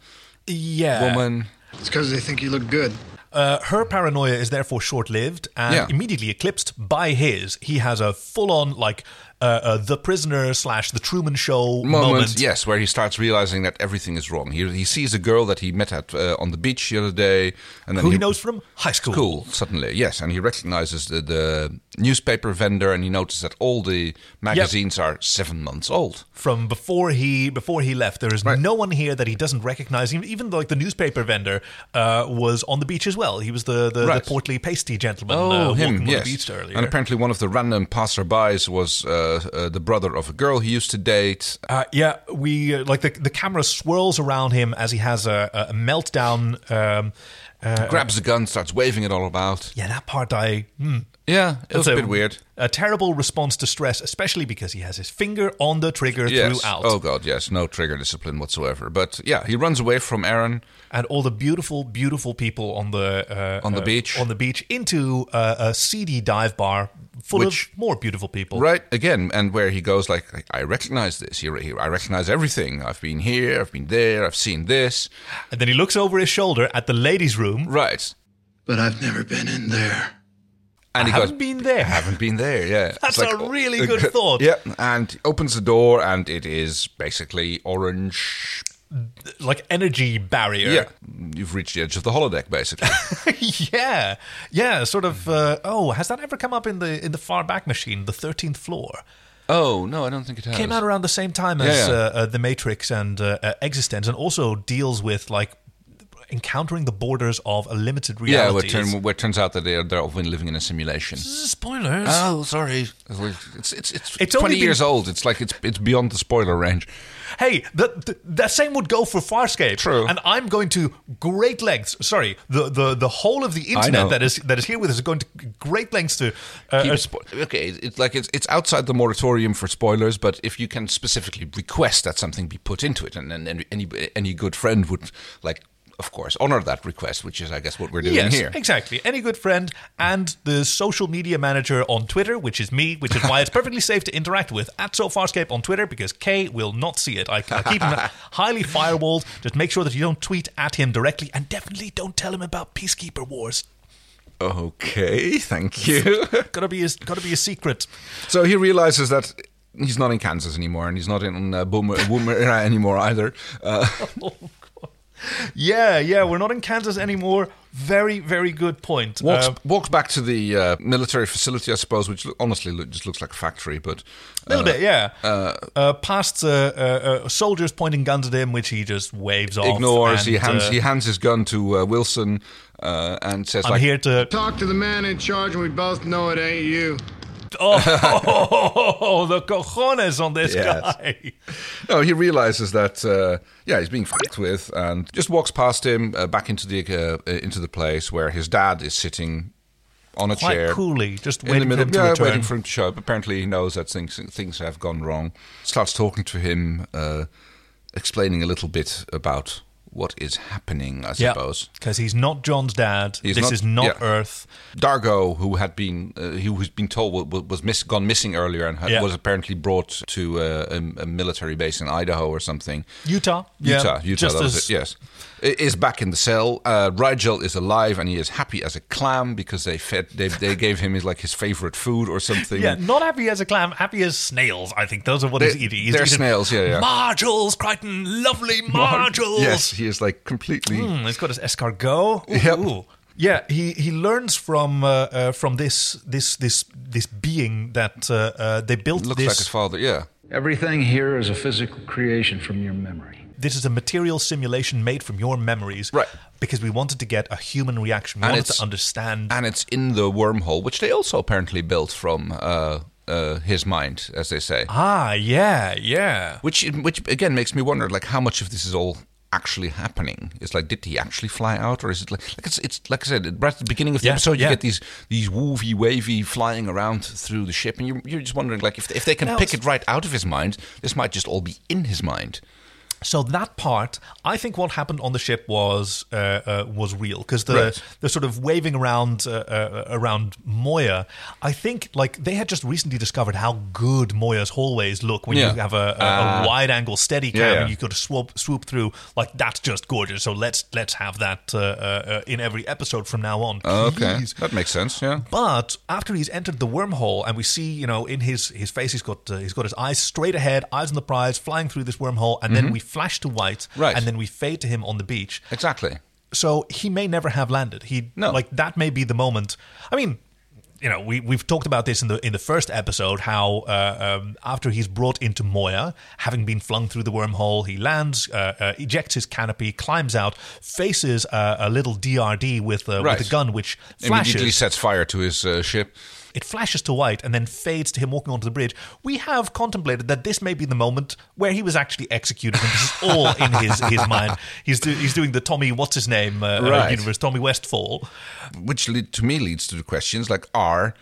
Yeah. woman. It's because they think you look good. Uh, her paranoia is therefore short-lived and Yeah. immediately eclipsed by his. He has a full-on like uh, uh, the prisoner slash the Truman Show moment, moment yes, where he starts realizing that everything is wrong. He, he sees a girl that he met at uh, on the beach the other day, and then Who he knows from high school. Cool, suddenly, yes, and he recognizes the, the newspaper vendor, and he notices that all the magazines are seven months old. from before he before he left. There is no one here that he doesn't recognize. Even, even like the newspaper vendor uh, was on the beach as well. He was the the, Right. the portly pasty gentleman. Oh, uh, walking him, on yes. the beach earlier. And apparently, one of the random passerbys was uh, uh, the brother of a girl he used to date. Uh, yeah, we uh, like the the camera swirls around him as he has a, a meltdown. Um, uh, grabs a gun, starts waving it all about. yeah, that part I. Hmm. Yeah, it That's was a bit weird. A terrible response to stress, especially because he has his finger on the trigger Yes. throughout. Oh God, yes, no trigger discipline whatsoever. But yeah, he runs away from Aaron. and all the beautiful, beautiful people on the uh, On the uh, beach. on the beach into uh, a seedy dive bar full Which- of more beautiful people. Right again, and where he goes like, I recognize this. Here, here, I recognize everything. I've been here. I've been there. I've seen this. And then he looks over his shoulder at the ladies' room. Right. But I've never been in there. And he I goes, haven't been there. I haven't been there. Yeah, That's It's like- uh, a really good thought. Yeah, and he opens the door, and it is basically orange. Like energy barrier. Yeah, you've reached the edge of the holodeck, basically. yeah, yeah, sort of. Uh, oh, has that ever come up in the in the far back machine, the thirteenth floor? oh no, I don't think it has. Came out around the same time Yeah, as yeah. Uh, uh, the Matrix and uh, uh, Existence, and also deals with like encountering the borders of a limited reality. Yeah, where, turn, where it turns out that they're, they're often living in a simulation. Spoilers. Oh, sorry. It's it's it's, It's only twenty been- years old. It's like it's it's beyond the spoiler range. Hey, the, the, the same would go for Farscape. True. And I'm going to great lengths. Sorry, the, the, the whole of the know. internet that is that is here with us is going to great lengths to. Uh, Keep uh, it spo- okay, it's like it's it's outside the moratorium for spoilers, but if you can specifically request that something be put into it, and and, and any any good friend would like, of course, honor that request, which is I guess what we're doing yes, here. exactly. Any good friend and the social media manager on Twitter, which is me, which is why it's perfectly safe to interact with at SoFarscape on Twitter because Kay will not see it. I, I keep him highly firewalled. Just make sure that you don't tweet at him directly and definitely don't tell him about Peacekeeper Wars. Okay, thank you. gotta be his, gotta be a secret. so he realizes that. He's not in Kansas anymore, and he's not in uh, Boomer, Boomer era anymore either. Uh, Oh, Yeah, yeah, we're not in Kansas anymore. Very, very good point. Walks, Um, walks back to the uh, military facility, I suppose, which lo- honestly lo- just looks like a factory. But a little bit, yeah. Uh, past uh, uh, uh, soldiers pointing guns at him, which he just waves off. ignores. he and, hands uh, he hands his gun to uh, Wilson uh, and says, I'm like, here to. Talk to the man in charge, and we both know it ain't you. Oh, the cojones on this Yes. guy. No, he realizes that uh, yeah, he's being fucked with, and just walks past him uh, back into the uh, uh, into the place where his dad is sitting on a Quite chair, coolly, just in the waiting for middle- him to yeah, return. waiting for him to show up. Apparently, he knows that things things have gone wrong. Starts talking to him, uh, explaining a little bit about what is happening. I suppose. Because he's not John's dad. He's this is not yeah. Earth. Dargo, who had been uh, who was been told wa- wa- was miss, gone missing earlier and had, Yeah. was apparently brought to uh, a, a military base in Idaho or something. Utah. Yeah. Utah, Utah, Just that was as- it. Yes, I- is back in the cell. Uh, Rigel is alive and he is happy as a clam because they fed they, they gave him his like his favorite food or something. Yeah, not happy as a clam, happy as snails. I think those are what They- he's eating. He's they're eating snails, yeah, yeah. Margels, Crichton, lovely margels. Yes, he is like completely. Mm, he's got his escargot. Ooh, ooh. Yeah, he, he learns from uh, uh, from this this this this being that uh, uh, they built Looks this. like his father. Yeah. Everything here is a physical creation from your memory. this is a material simulation made from your memories, right? Because we wanted to get a human reaction. We And wanted it's- to understand. and it's in the wormhole, which they also apparently built from uh, uh, his mind, as they say. Ah, yeah, yeah. Which, which again makes me wonder, like, how much of this is all actually happening? It's like, did he actually fly out, or is it like, like it's, it's like I said, right at the beginning of the Yeah, episode, you yeah. get these these woofy, wavy flying around through the ship, and you're, you're just wondering, like, if if they can Now pick it's- it right out of his mind, this might just all be in his mind. So that part, I think, what happened on the ship was uh, uh, was real because the Right. the sort of waving around uh, uh, around Moya. I think like they had just recently discovered how good Moya's hallways look when Yeah. you have a, a, Ah. a wide angle steady cam Yeah, yeah. and you could swoop swoop through. Like that's just gorgeous. So let's let's have that uh, uh, uh, in every episode from now on. Okay, please. that makes sense. Yeah. But after he's entered the wormhole, and we see, you know, in his his face, he's got uh, he's got his eyes straight ahead, eyes on the prize, flying through this wormhole, and Mhm. then we flash to white, Right. and then we fade to him on the beach. Exactly. So he may never have landed. He like that may be the moment. I mean, you know, we we've talked about this in the in the first episode how uh, um, after he's brought into Moya, having been flung through the wormhole, he lands, uh, uh, ejects his canopy, climbs out, faces uh, a little DRD with uh, Right. with a gun, which flashes Immediately sets fire to his uh, ship. it flashes to white and then fades to him walking onto the bridge. We have contemplated that this may be the moment where he was actually executed, and this is all in his, his mind. He's, do, he's doing the Tommy, what's his name, uh, uh, Right. universe, Tommy Westfall. Which lead, to me leads to the questions like are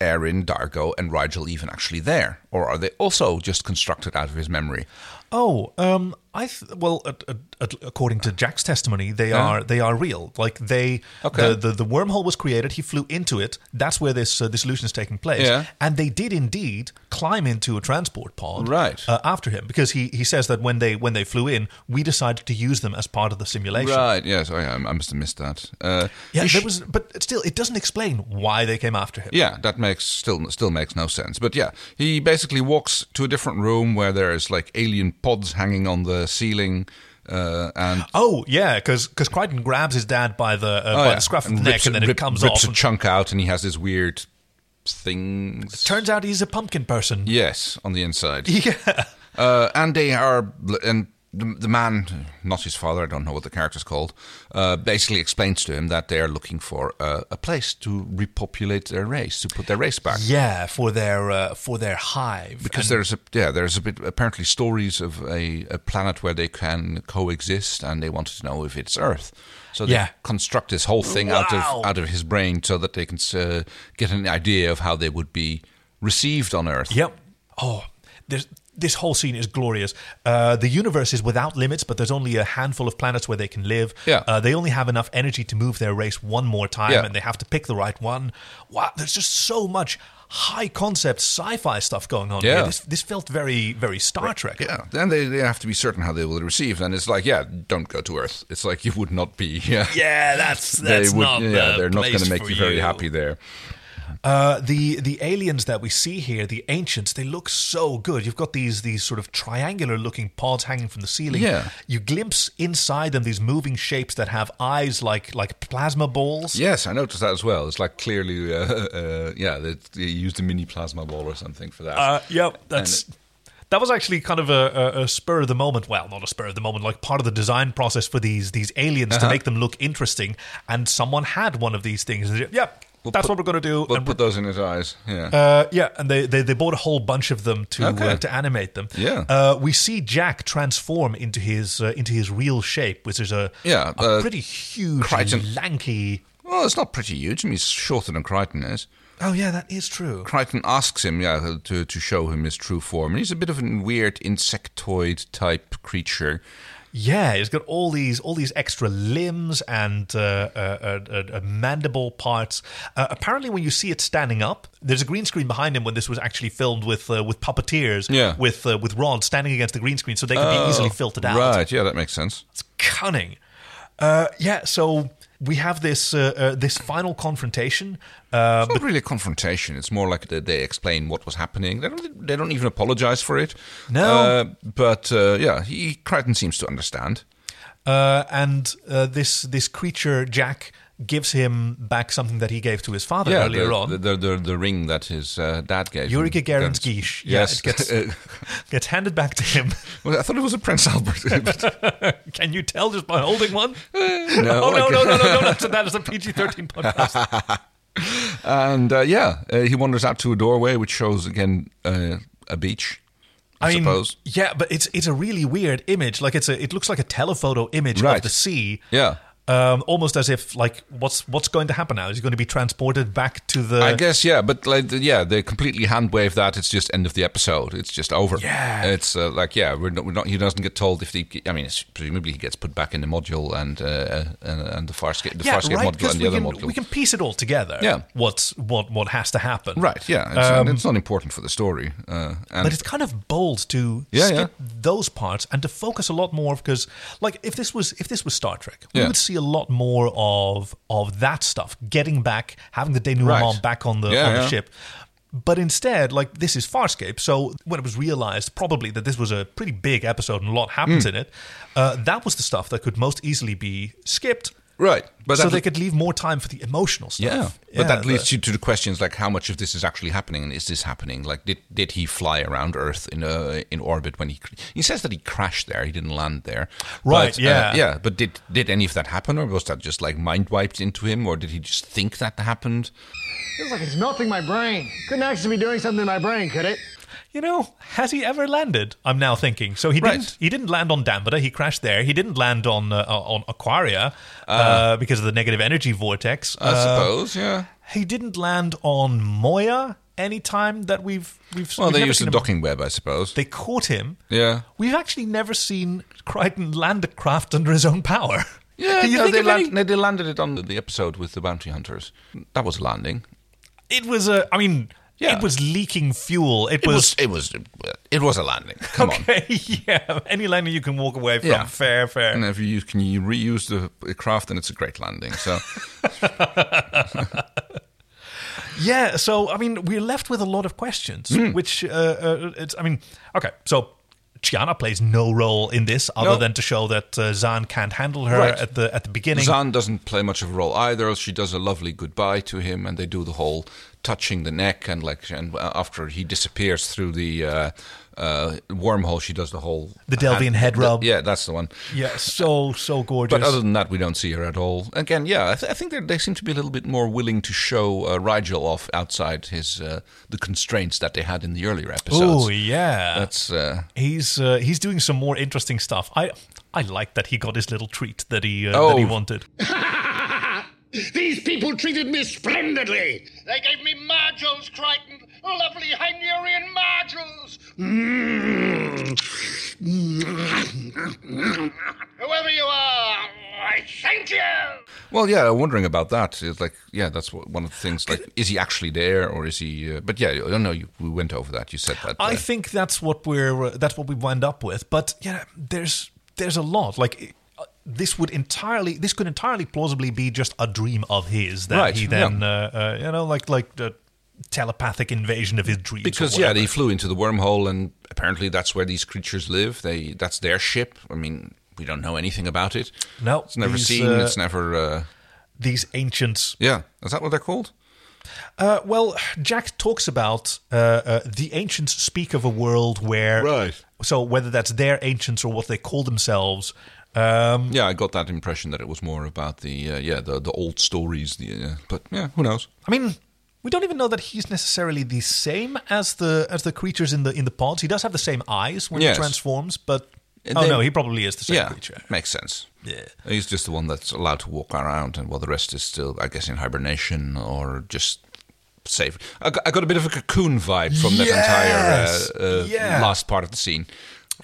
Erin, Dargo, and Rigel even actually there? Or are they also just constructed out of his memory? Oh, um, I th- well, at, at, at- according to Jack's testimony, they Yeah. are they are real. Like they, Okay. the, the the wormhole was created. He flew into it. That's where this uh, this illusion is taking place. Yeah. and they did indeed climb into a transport pod. Right. uh, after him, because he he says that when they when they flew in, we decided to use them as part of the simulation. Right, yes. Oh, yeah, I must have missed that. Uh, Yeah, you there sh- was, but still, it doesn't explain why they came after him. Yeah, that makes still still makes no sense. But yeah, he basically walks to a different room where there's like alien pods hanging on the ceiling, uh, and Oh yeah, because Crichton grabs his dad by the uh, Oh, by yeah. the scruff of the And neck, rips- and then rip- it comes rips off. a chunk out, and he has this weird thing. Turns out he's a pumpkin person. Yes, on the inside. Yeah. Uh, and they are, and the, the man, not his father, I don't know what the character's called, uh, basically explains to him that they are looking for uh, a place to repopulate their race, to put their race back. Yeah, for their uh, for their hive. Because And- there's a yeah there's a bit apparently stories of a, a planet where they can coexist and they wanted to know if it's Earth, so they Yeah. construct this whole thing out Wow. of out of his brain so that they can uh, get an idea of how they would be received on Earth. Yep. Oh, there's, this whole scene is glorious. Uh, the universe is without limits, but there's only a handful of planets where they can live. Yeah. Uh, they only have enough energy to move their race one more time, Yeah. and they have to pick the right one. Wow, there's just so much high concept sci-fi stuff going on Yeah. here. This, this felt very, very Star Trek. Yeah, then they, they have to be certain how they will receive. And it's like, yeah, don't go to Earth. It's like you would not be. Yeah, Yeah, that's They that's not. Yeah, the they're not place gonna make for you very happy there. Uh, the the aliens that we see here, the ancients, they look so good. You've got these these sort of triangular looking pods hanging from the ceiling. Yeah. You glimpse inside them these moving shapes that have eyes like like plasma balls. Yes, I noticed that as well. It's like clearly, uh, uh, yeah, they, they used a mini plasma ball or something for that. Uh, yep, that's. That was actually kind of a, a, a spur of the moment. Well, not a spur of the moment, like part of the design process for these these aliens Uh-huh. to make them look interesting. And someone had one of these things. And they- Yep, that's what we're going to do. We'll and put those in his eyes. Yeah. Uh, yeah, and they, they, they bought a whole bunch of them to Okay. uh, to animate them. Yeah. uh, we see Jack transform into his uh, into his real shape, which is a yeah. a pretty huge, lanky. Well, it's not pretty huge. I mean, it's shorter than Crichton is. Oh yeah, that is true. Crichton asks him, yeah, to, to show him his true form. And he's a bit of a weird insectoid type creature. Yeah, he's got all these all these extra limbs and uh, uh, uh, uh, uh, mandible parts. Uh, apparently, when you see it standing up, there's a green screen behind him when this was actually filmed with uh, with puppeteers, Yeah. with uh, with Rod standing against the green screen, so they could be easily Oh, filtered out. Right, yeah, that makes sense. cunning. Uh, yeah, so we have this uh, uh, this final confrontation. Uh, It's not really a confrontation. It's more like they, they explain what was happening. They don't, they don't even apologize for it. No. Uh, but uh, yeah, he Crichton seems to understand. uh, and uh, this this creature Jack gives him back something that he gave to his father yeah, earlier the, on. The, the, the, the ring that his uh, dad gave Yuri him. Gagarin's quiche. Yeah, Yes. it gets, gets handed back to him. Well, I thought it was a Prince Albert. Can you tell just by holding one? No, No, oh, I no, no, no, no, can't. no, no. So that is a PG 13 podcast. and uh, yeah, uh, he wanders out to a doorway which shows again uh, a beach, I, mean, suppose. yeah, but it's it's a really weird image. Like it's a it looks like a telephoto image Right. of the sea. Yeah. Um, almost as if like what's what's going to happen now? Is he going to be transported back to the? I guess yeah, but like yeah, they completely hand wave that. It's just end of the episode. It's just over. Yeah. it's uh, like yeah, we're not, we're not. He doesn't get told if he. I mean, it's, presumably he gets put back in the module and uh, and, and the Farscape, the yeah, Farscape right. module Because and we the other can module. we can piece it all together. Yeah. what's what what has to happen? right. Yeah, it's, and Um, it's not important for the story. Uh, and but it's kind of bold to Yeah, skip those parts and to focus a lot more because like if this was if this was Star Trek, we Yeah. would see a lot more of of that stuff, getting back, having the denouement Right. back on the Yeah, on the yeah. ship. But instead, like this is Farscape, so when it was realized probably that this was a pretty big episode and a lot happens Mm. in it, uh, that was the stuff that could most easily be skipped. Right, but so that- they could leave more time for the emotional stuff. Yeah, but that the- leads you to the questions like how much of this is actually happening and is this happening? Like, did did he fly around Earth in uh, in orbit when he cr- he says that he crashed there, he didn't land there, Right, But, uh, yeah. yeah. But did did any of that happen, or was that just like mind wiped into him, or did he just think that happened? Feels like it's melting my brain. Couldn't actually be doing something to my brain, could it? you know, has he ever landed? I'm now thinking. So he didn't. He didn't land on Dampada. He crashed there. He didn't land on uh, on Aquaria uh, Uh, because of the negative energy vortex. I Uh, suppose, yeah. He didn't land on Moya any time that we've we've. Well, we've they never used seen the him- docking web, I suppose. They caught him. yeah. We've actually never seen Crichton land a craft under his own power. Yeah, Can you no, think they, of land- any- no, they landed it on the episode with the bounty hunters. That was a landing. It was a. I mean, Yeah. it was leaking fuel. It, It was. was, it was it was a landing. Come on. yeah, any landing you can walk away from. Yeah. Fair, fair. And if you use, can you reuse the craft, then it's a great landing. So Yeah, so I mean, we're left with a lot of questions. Hmm. Which, uh, uh, it's, I mean, okay, so Chiana plays no role in this other No. than to show that uh, Zan can't handle her Right. at the at the beginning. Zan doesn't play much of a role either. She does a lovely goodbye to him, and they do the whole touching the neck, and like, and uh, after he disappears through the uh, uh, wormhole, she does the whole The Delvian head rub. yeah, that's the one. yeah, so so gorgeous. But other than that, we don't see her at all. Again, yeah, I, th- I think they're- they seem to be a little bit more willing to show uh, Rigel off outside his uh, the constraints that they had in the earlier episodes. oh yeah, that's uh, he's uh, he's doing some more interesting stuff. I I like that he got his little treat that he uh, that he Oh. wanted. These people treated me splendidly. They gave me margels, Crichton. Lovely Hynerian margels. Whoever you are, I thank you. Well, yeah, wondering about that. It's like, yeah, that's what, one of the things. Like, is he actually there, or is he? Uh, but yeah, I don't know. You, we went over that. You said that. I uh, think that's what we're uh, that's what we wind up with. But yeah, there's there's a lot like. uh, This would entirely, this could entirely plausibly be just a dream of his that Right, he then, uh, uh, you know, like like the telepathic invasion of his dreams. or because yeah, whatever. they flew into the wormhole, and apparently that's where these creatures live. They that's their ship. I mean, we don't know anything about it. No, it's never these, seen. uh, it's never. Uh, these ancients. yeah, is that what they're called? Uh, well, Jack talks about uh, uh, the ancients speak of a world where, Right. So whether that's their ancients or what they call themselves, um, Yeah, I got that impression that it was more about the uh, yeah the the old stories. The uh, but yeah, who knows? I mean, we don't even know that he's necessarily the same as the as the creatures in the in the pods. He does have the same eyes when Yes. he transforms, but And oh then- no, he probably is the same yeah, creature. makes sense. Yeah. He's just the one that's allowed to walk around, and while the rest is still, I guess, in hibernation or just safe. I got, I got a bit of a cocoon vibe from that Yes! entire uh, uh, Yeah. last part of the scene.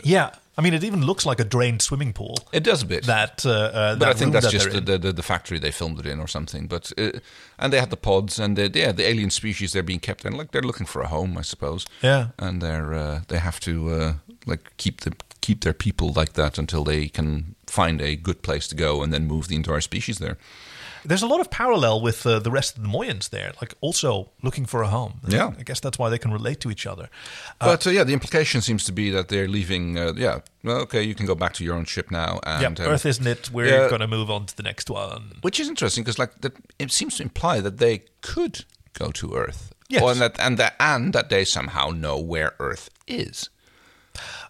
Yeah, I mean, it even looks like a drained swimming pool. It does a bit. That, uh, uh, but that I think room that's that just they're the, in. the, the, the factory they filmed it in or something. But uh, and they had the pods and the, yeah the alien species they're being kept in like they're looking for a home I suppose Yeah. and they're uh, they have to uh, like keep the keep their people like that until they can find a good place to go and then move the entire species there. There's a lot of parallel with uh, the rest of the Moyans there, like also looking for a home. Yeah. I guess that's why they can relate to each other. But uh, yeah, the implication seems to be that they're leaving. Uh, yeah, well, okay, you can go back to your own ship now. And yeah, um, Earth isn't it? We're yeah. going to move on to the next one. which is interesting because like that, it seems to imply that they could go to Earth. Yes. Or that, and that and that they somehow know where Earth is.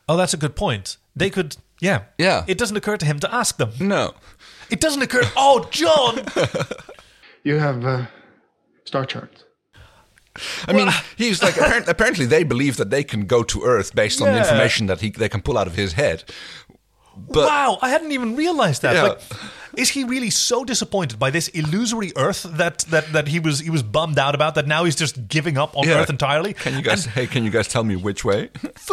Oh, that's a good point. They could, yeah, yeah. It doesn't occur to him to ask them. No, it doesn't occur. Oh, John, You have uh, star charts. I mean, he's like apparent, apparently they believe that they can go to Earth based on the Yeah. information that he they can pull out of his head. But wow, I hadn't even realized that. Yeah. Like, is he really so disappointed by this illusory Earth that, that, that he was he was bummed out about that now he's just giving up on Yeah. Earth entirely? Can you guys? hey, can you guys tell me which way?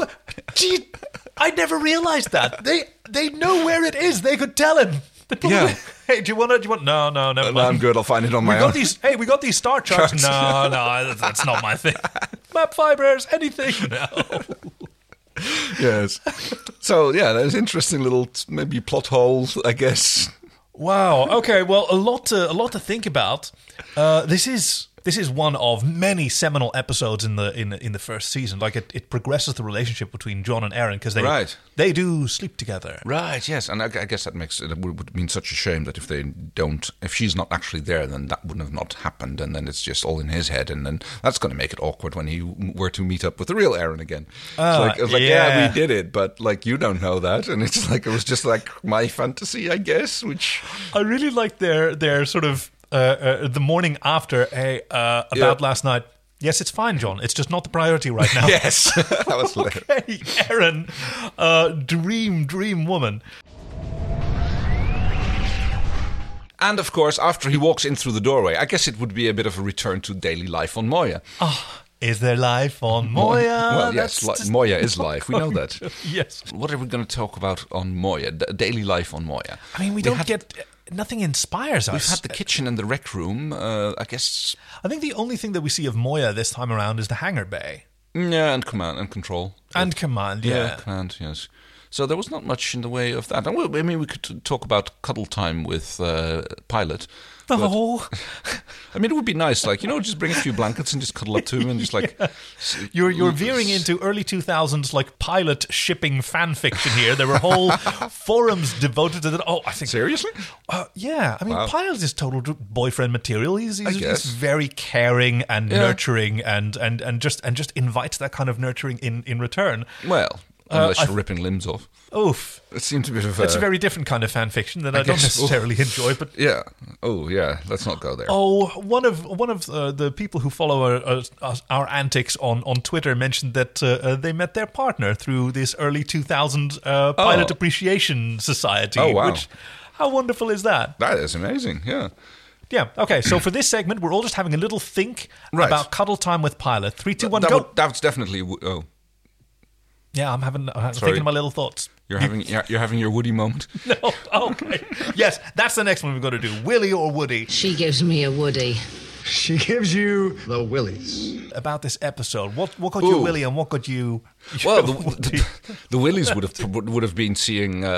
Gee, I never realized that they they know where it is. They could tell him. Yeah. Hey, do you want to? Do you want? No, no, no. No, I'm good. I'll find it on We my got own. these. Hey, we got these star charts. Charts. No, no, that's not my thing. Map fibers, anything. No. yes. So yeah, there's interesting little maybe plot holes, I guess. Wow. Okay. Well, a lot to a lot to think about. Uh, this is this is one of many seminal episodes in the in in the first season. Like it, it progresses the relationship between John and Aaron because they Right. they do sleep together. Right. Yes, and I, I guess that makes it would, would mean such a shame that if they don't, if she's not actually there, then that wouldn't have not happened, and then it's just all in his head, and then that's going to make it awkward when he were to meet up with the real Aaron again. Ah, it's like, it's like yeah. yeah. we did it, but like you don't know that, and it's like it was just like my fantasy, I guess. Which I really like their their sort of uh, uh, the morning after. Hey, uh, about Yeah. last night. Yes, it's fine, John. It's just not the priority right now. yes, that was hilarious. Hey, Aaron, uh, dream dream woman. And of course, after he walks in through the doorway, I guess it would be a bit of a return to daily life on Moya. Ah, Is there life on Moya? Well, That's yes, li- just- Moya is life. We know that. yes. What are we going to talk about on Moya? D- daily life on Moya. I mean, we, don't get nothing inspires us. We've had the kitchen and the rec room. Uh, I guess. I think the only thing that we see of Moya this time around is the hangar bay Yeah, and command and control. and command. Yeah, Yeah. command. Yes. So there was not much in the way of that. And we, I mean, we could talk about cuddle time with uh, pilot. but- No, I mean, it would be nice, like you know, just bring a few blankets and just cuddle up to him and just like you're you're veering into early 2000s like pilot shipping fan fiction here. There were whole forums devoted to that. Oh, I think seriously. Uh, yeah, I mean, Wow. pilot is total d- boyfriend material. He's he's, I he's guess. very caring and Yeah. nurturing and, and and just and just invites that kind of nurturing in in return. Well, Uh, unless I you're ripping limbs off. Oof. It seems a bit of That's a a- very different kind of fan fiction that I, Uh, I don't guess- necessarily enjoy, but Yeah. Oh, yeah. Let's not go there. Oh, one of one of uh, the people who follow our, uh, our, our antics on, on Twitter mentioned that uh, uh, they met their partner through this early 2000 uh, Pilot Oh. Appreciation Society. Oh, wow. Which, how wonderful is that? That is amazing. Yeah. Yeah. Okay. So for this segment, we're all just having a little think Right. about cuddle time with Pilot. Three, two, one, that go. would- that's definitely. wo- Oh, yeah, I'm having I'm Sorry. thinking my little thoughts. you're having you're, you're having your Woody moment. No. Okay. yes, that's the next one we've got to do. Willie or Woody? She gives me a Woody. She gives you the willies. About this episode, what what got you Ooh. Willie and what got you? Well, the, the, the Willies would have would would have been seeing uh,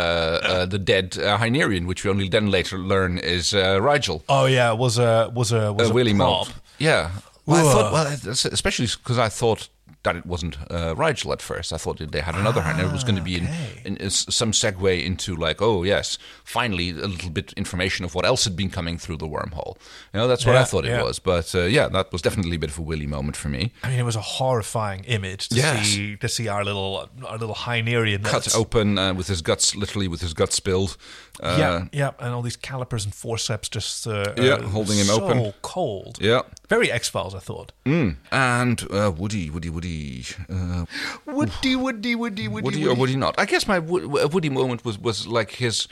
uh, the dead uh, Hynerian, which we only then later learn is uh, Rigel, Oh yeah, was a was a was uh, a Willie prop. Mop. Yeah. Well, I Whoa. thought, well, that's- especially because I thought that it wasn't uh, Rigel at first. I thought that they had another Hynerian. It was going to be in- Ah, in, uh, s some segue into like, oh yes, finally a little bit information of what else had been coming through the wormhole. You know, that's what Yeah, I thought it yeah. was. But uh, yeah, that was definitely a bit of a Willy moment for me. I mean, it was a horrifying image to Yes. see to see our little our little Hynerian Cut that's- open uh, with his guts, literally with his guts spilled. Uh, yeah, yeah, and all these calipers and forceps just uh, Yeah, uh, holding him so open. cold. Yeah. very X Files, I thought. Mm. And uh, Woody, Woody, Woody. Uh, Woody, Woody, Woody, Woody, Woody or Woody not? I guess my Wo- Woody moment was, was like his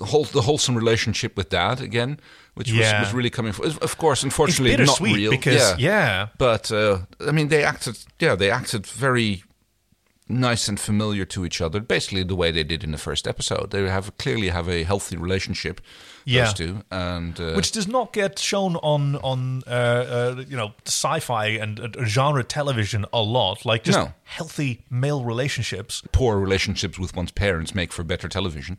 whole the wholesome relationship with Dad again, which Yeah. was, was really coming. For, of course, unfortunately, It's not bittersweet real. because- yeah. But uh, I mean, they acted. Yeah, they acted very nice and familiar to each other. Basically, the way they did in the first episode, they have clearly have a healthy relationship. Yeah. Those two, and uh, Which does not get shown on on uh, uh, you know sci-fi and uh, genre television a lot, like just No. healthy male relationships. poor relationships with one's parents make for better television.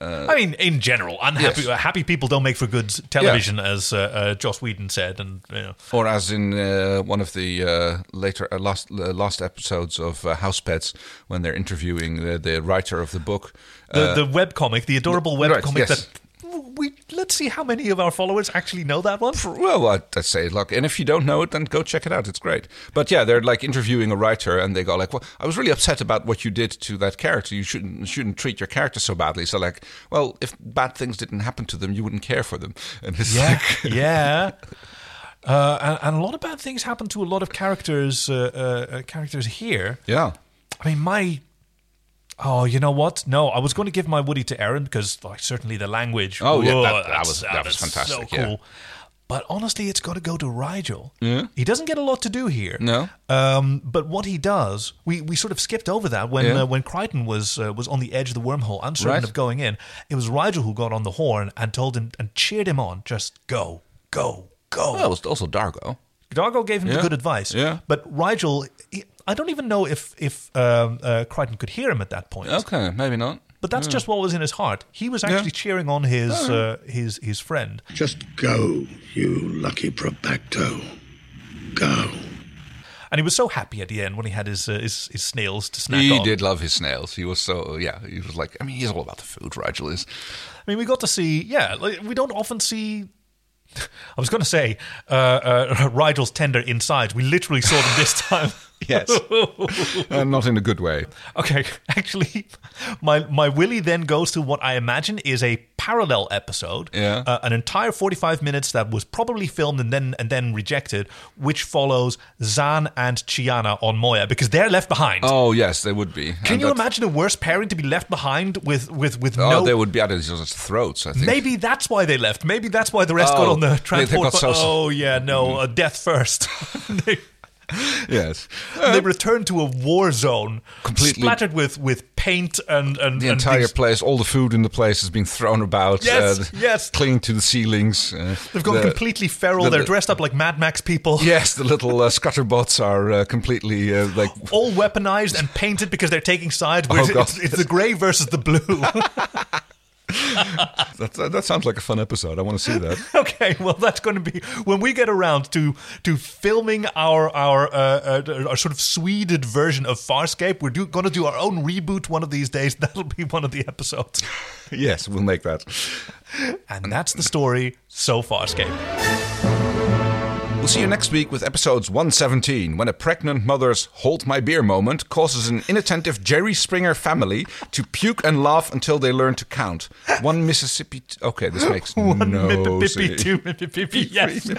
Uh, I mean, in general, unhappy Yes. happy people don't make for good television, as uh, uh, Joss Whedon said, and you know, Or as in uh, one of the uh, later uh, last uh, last episodes of uh, House Pets, when they're interviewing the, the writer of the book, the uh, the web comic, the adorable right, web yes. comic that. We let's see how many of our followers actually know that one. well, I'd, I'd say look, and if you don't know it, then go check it out. It's great. But yeah, they're like interviewing a writer, and they go like, "Well, I was really upset about what you did to that character. You shouldn't shouldn't treat your character so badly." So like, well, if bad things didn't happen to them, you wouldn't care for them. And it's Yeah, like, yeah. Uh, and, and a lot of bad things happen to a lot of characters. Uh, uh, uh, characters here. yeah, I mean, my. Oh, you know what? No, I was going to give my Woody to Aaron because, like, certainly the language. Oh, yeah, Whoa, that- that that's- was- that was is fantastic, So yeah. cool. But honestly, it's got to go to Rigel. Yeah. He doesn't get a lot to do here. No. Um, but what he does, we, we sort of skipped over that when Yeah. uh, when Crichton was uh, was on the edge of the wormhole, uncertain Right. of going in. It was Rigel who got on the horn and told him and cheered him on. Just go, go, go. Well, it was also Dargo. Dargo gave him the Yeah. good advice. Yeah. But Rigel, he, I don't even know if if um, uh, Crichton could hear him at that point. Okay, maybe not. But that's Yeah. just what was in his heart. He was actually cheering on his Oh, yeah. uh, his his friend. Just go, you lucky probacto. And he was so happy at the end when he had his uh, his, his snails to snack He on. did love his snails. He was so yeah. He was like, I mean, he's all about the food. Rigel is. I mean, we got to see. Yeah, like, we don't often see. I was going to say uh, uh, Rigel's tender insides. We literally saw them this time. Yes. Uh, not in a good way. Okay, actually, my my Willy then goes to what I imagine is a parallel episode, Yeah. uh, an entire forty five minutes that was probably filmed and then and then rejected, which follows Zan and Chiana on Moya because they're left behind. Oh yes, they would be. Can And you that- imagine a worse pairing to be left behind with with with Oh, no? they would be at each other's throats. I think. Maybe that's why they left. Maybe that's why the rest got Oh, on the they- they transport. got but- so- Mm-hmm. oh yeah, no, uh, death first. They- Yes. they returned to a war zone, Completely- splattered with with paint and and The and entire things. place, all the food in the place has been thrown about. Yes, uh, yes. Clinging to the ceilings. uh, They've gone the- completely feral. the- They're dressed up like Mad Max people, Yes, the little uh, scutterbots are uh, completely uh, like. all weaponized and painted because they're taking sides. Oh, It's, God. it's, it's the grey versus the blue. That, that, that sounds like a fun episode. I want to see that. okay, well, that's going to be when we get around to to filming our our uh, uh, our sort of Sweded version of Farscape. We're do, going to do our own reboot one of these days. That'll be one of the episodes. yes, we'll make that. And that's the story so Farscape. We'll see you next week with episodes 117, when a pregnant mother's hold my beer moment causes an inattentive Jerry Springer family to puke and laugh until they learn to count. One Mississippi. T- okay, this makes One no Mippi Pippi, sense. two Mippi Pippi. Yes,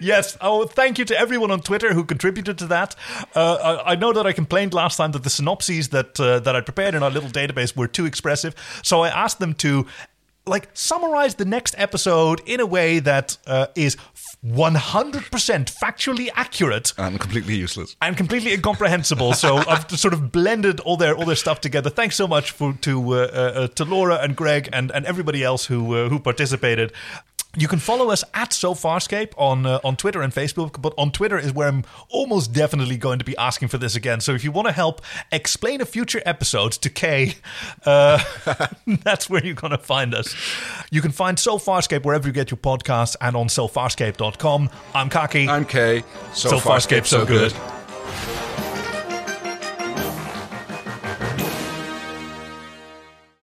yes. Oh, thank you to everyone on Twitter who contributed to that. Uh, I, I know that I complained last time that the synopses that uh, that I prepared in our little database were too expressive, so I asked them to like summarize the next episode in a way that uh, is 100% factually accurate And completely useless. and completely incomprehensible. So I've sort of blended all their all their stuff together. Thanks so much for, to uh, uh, to Laura and Greg and, and everybody else who uh, who participated. You can follow us at SoFarscape on uh, on Twitter and Facebook, but on Twitter is where I'm almost definitely going to be asking for this again. So if you want to help explain a future episode to Kay, uh, that's where you're going to find us. You can find So Farscape wherever you get your podcasts and on SoFarscape.com. I'm Kaki. I'm Kay. So Farscape's so good.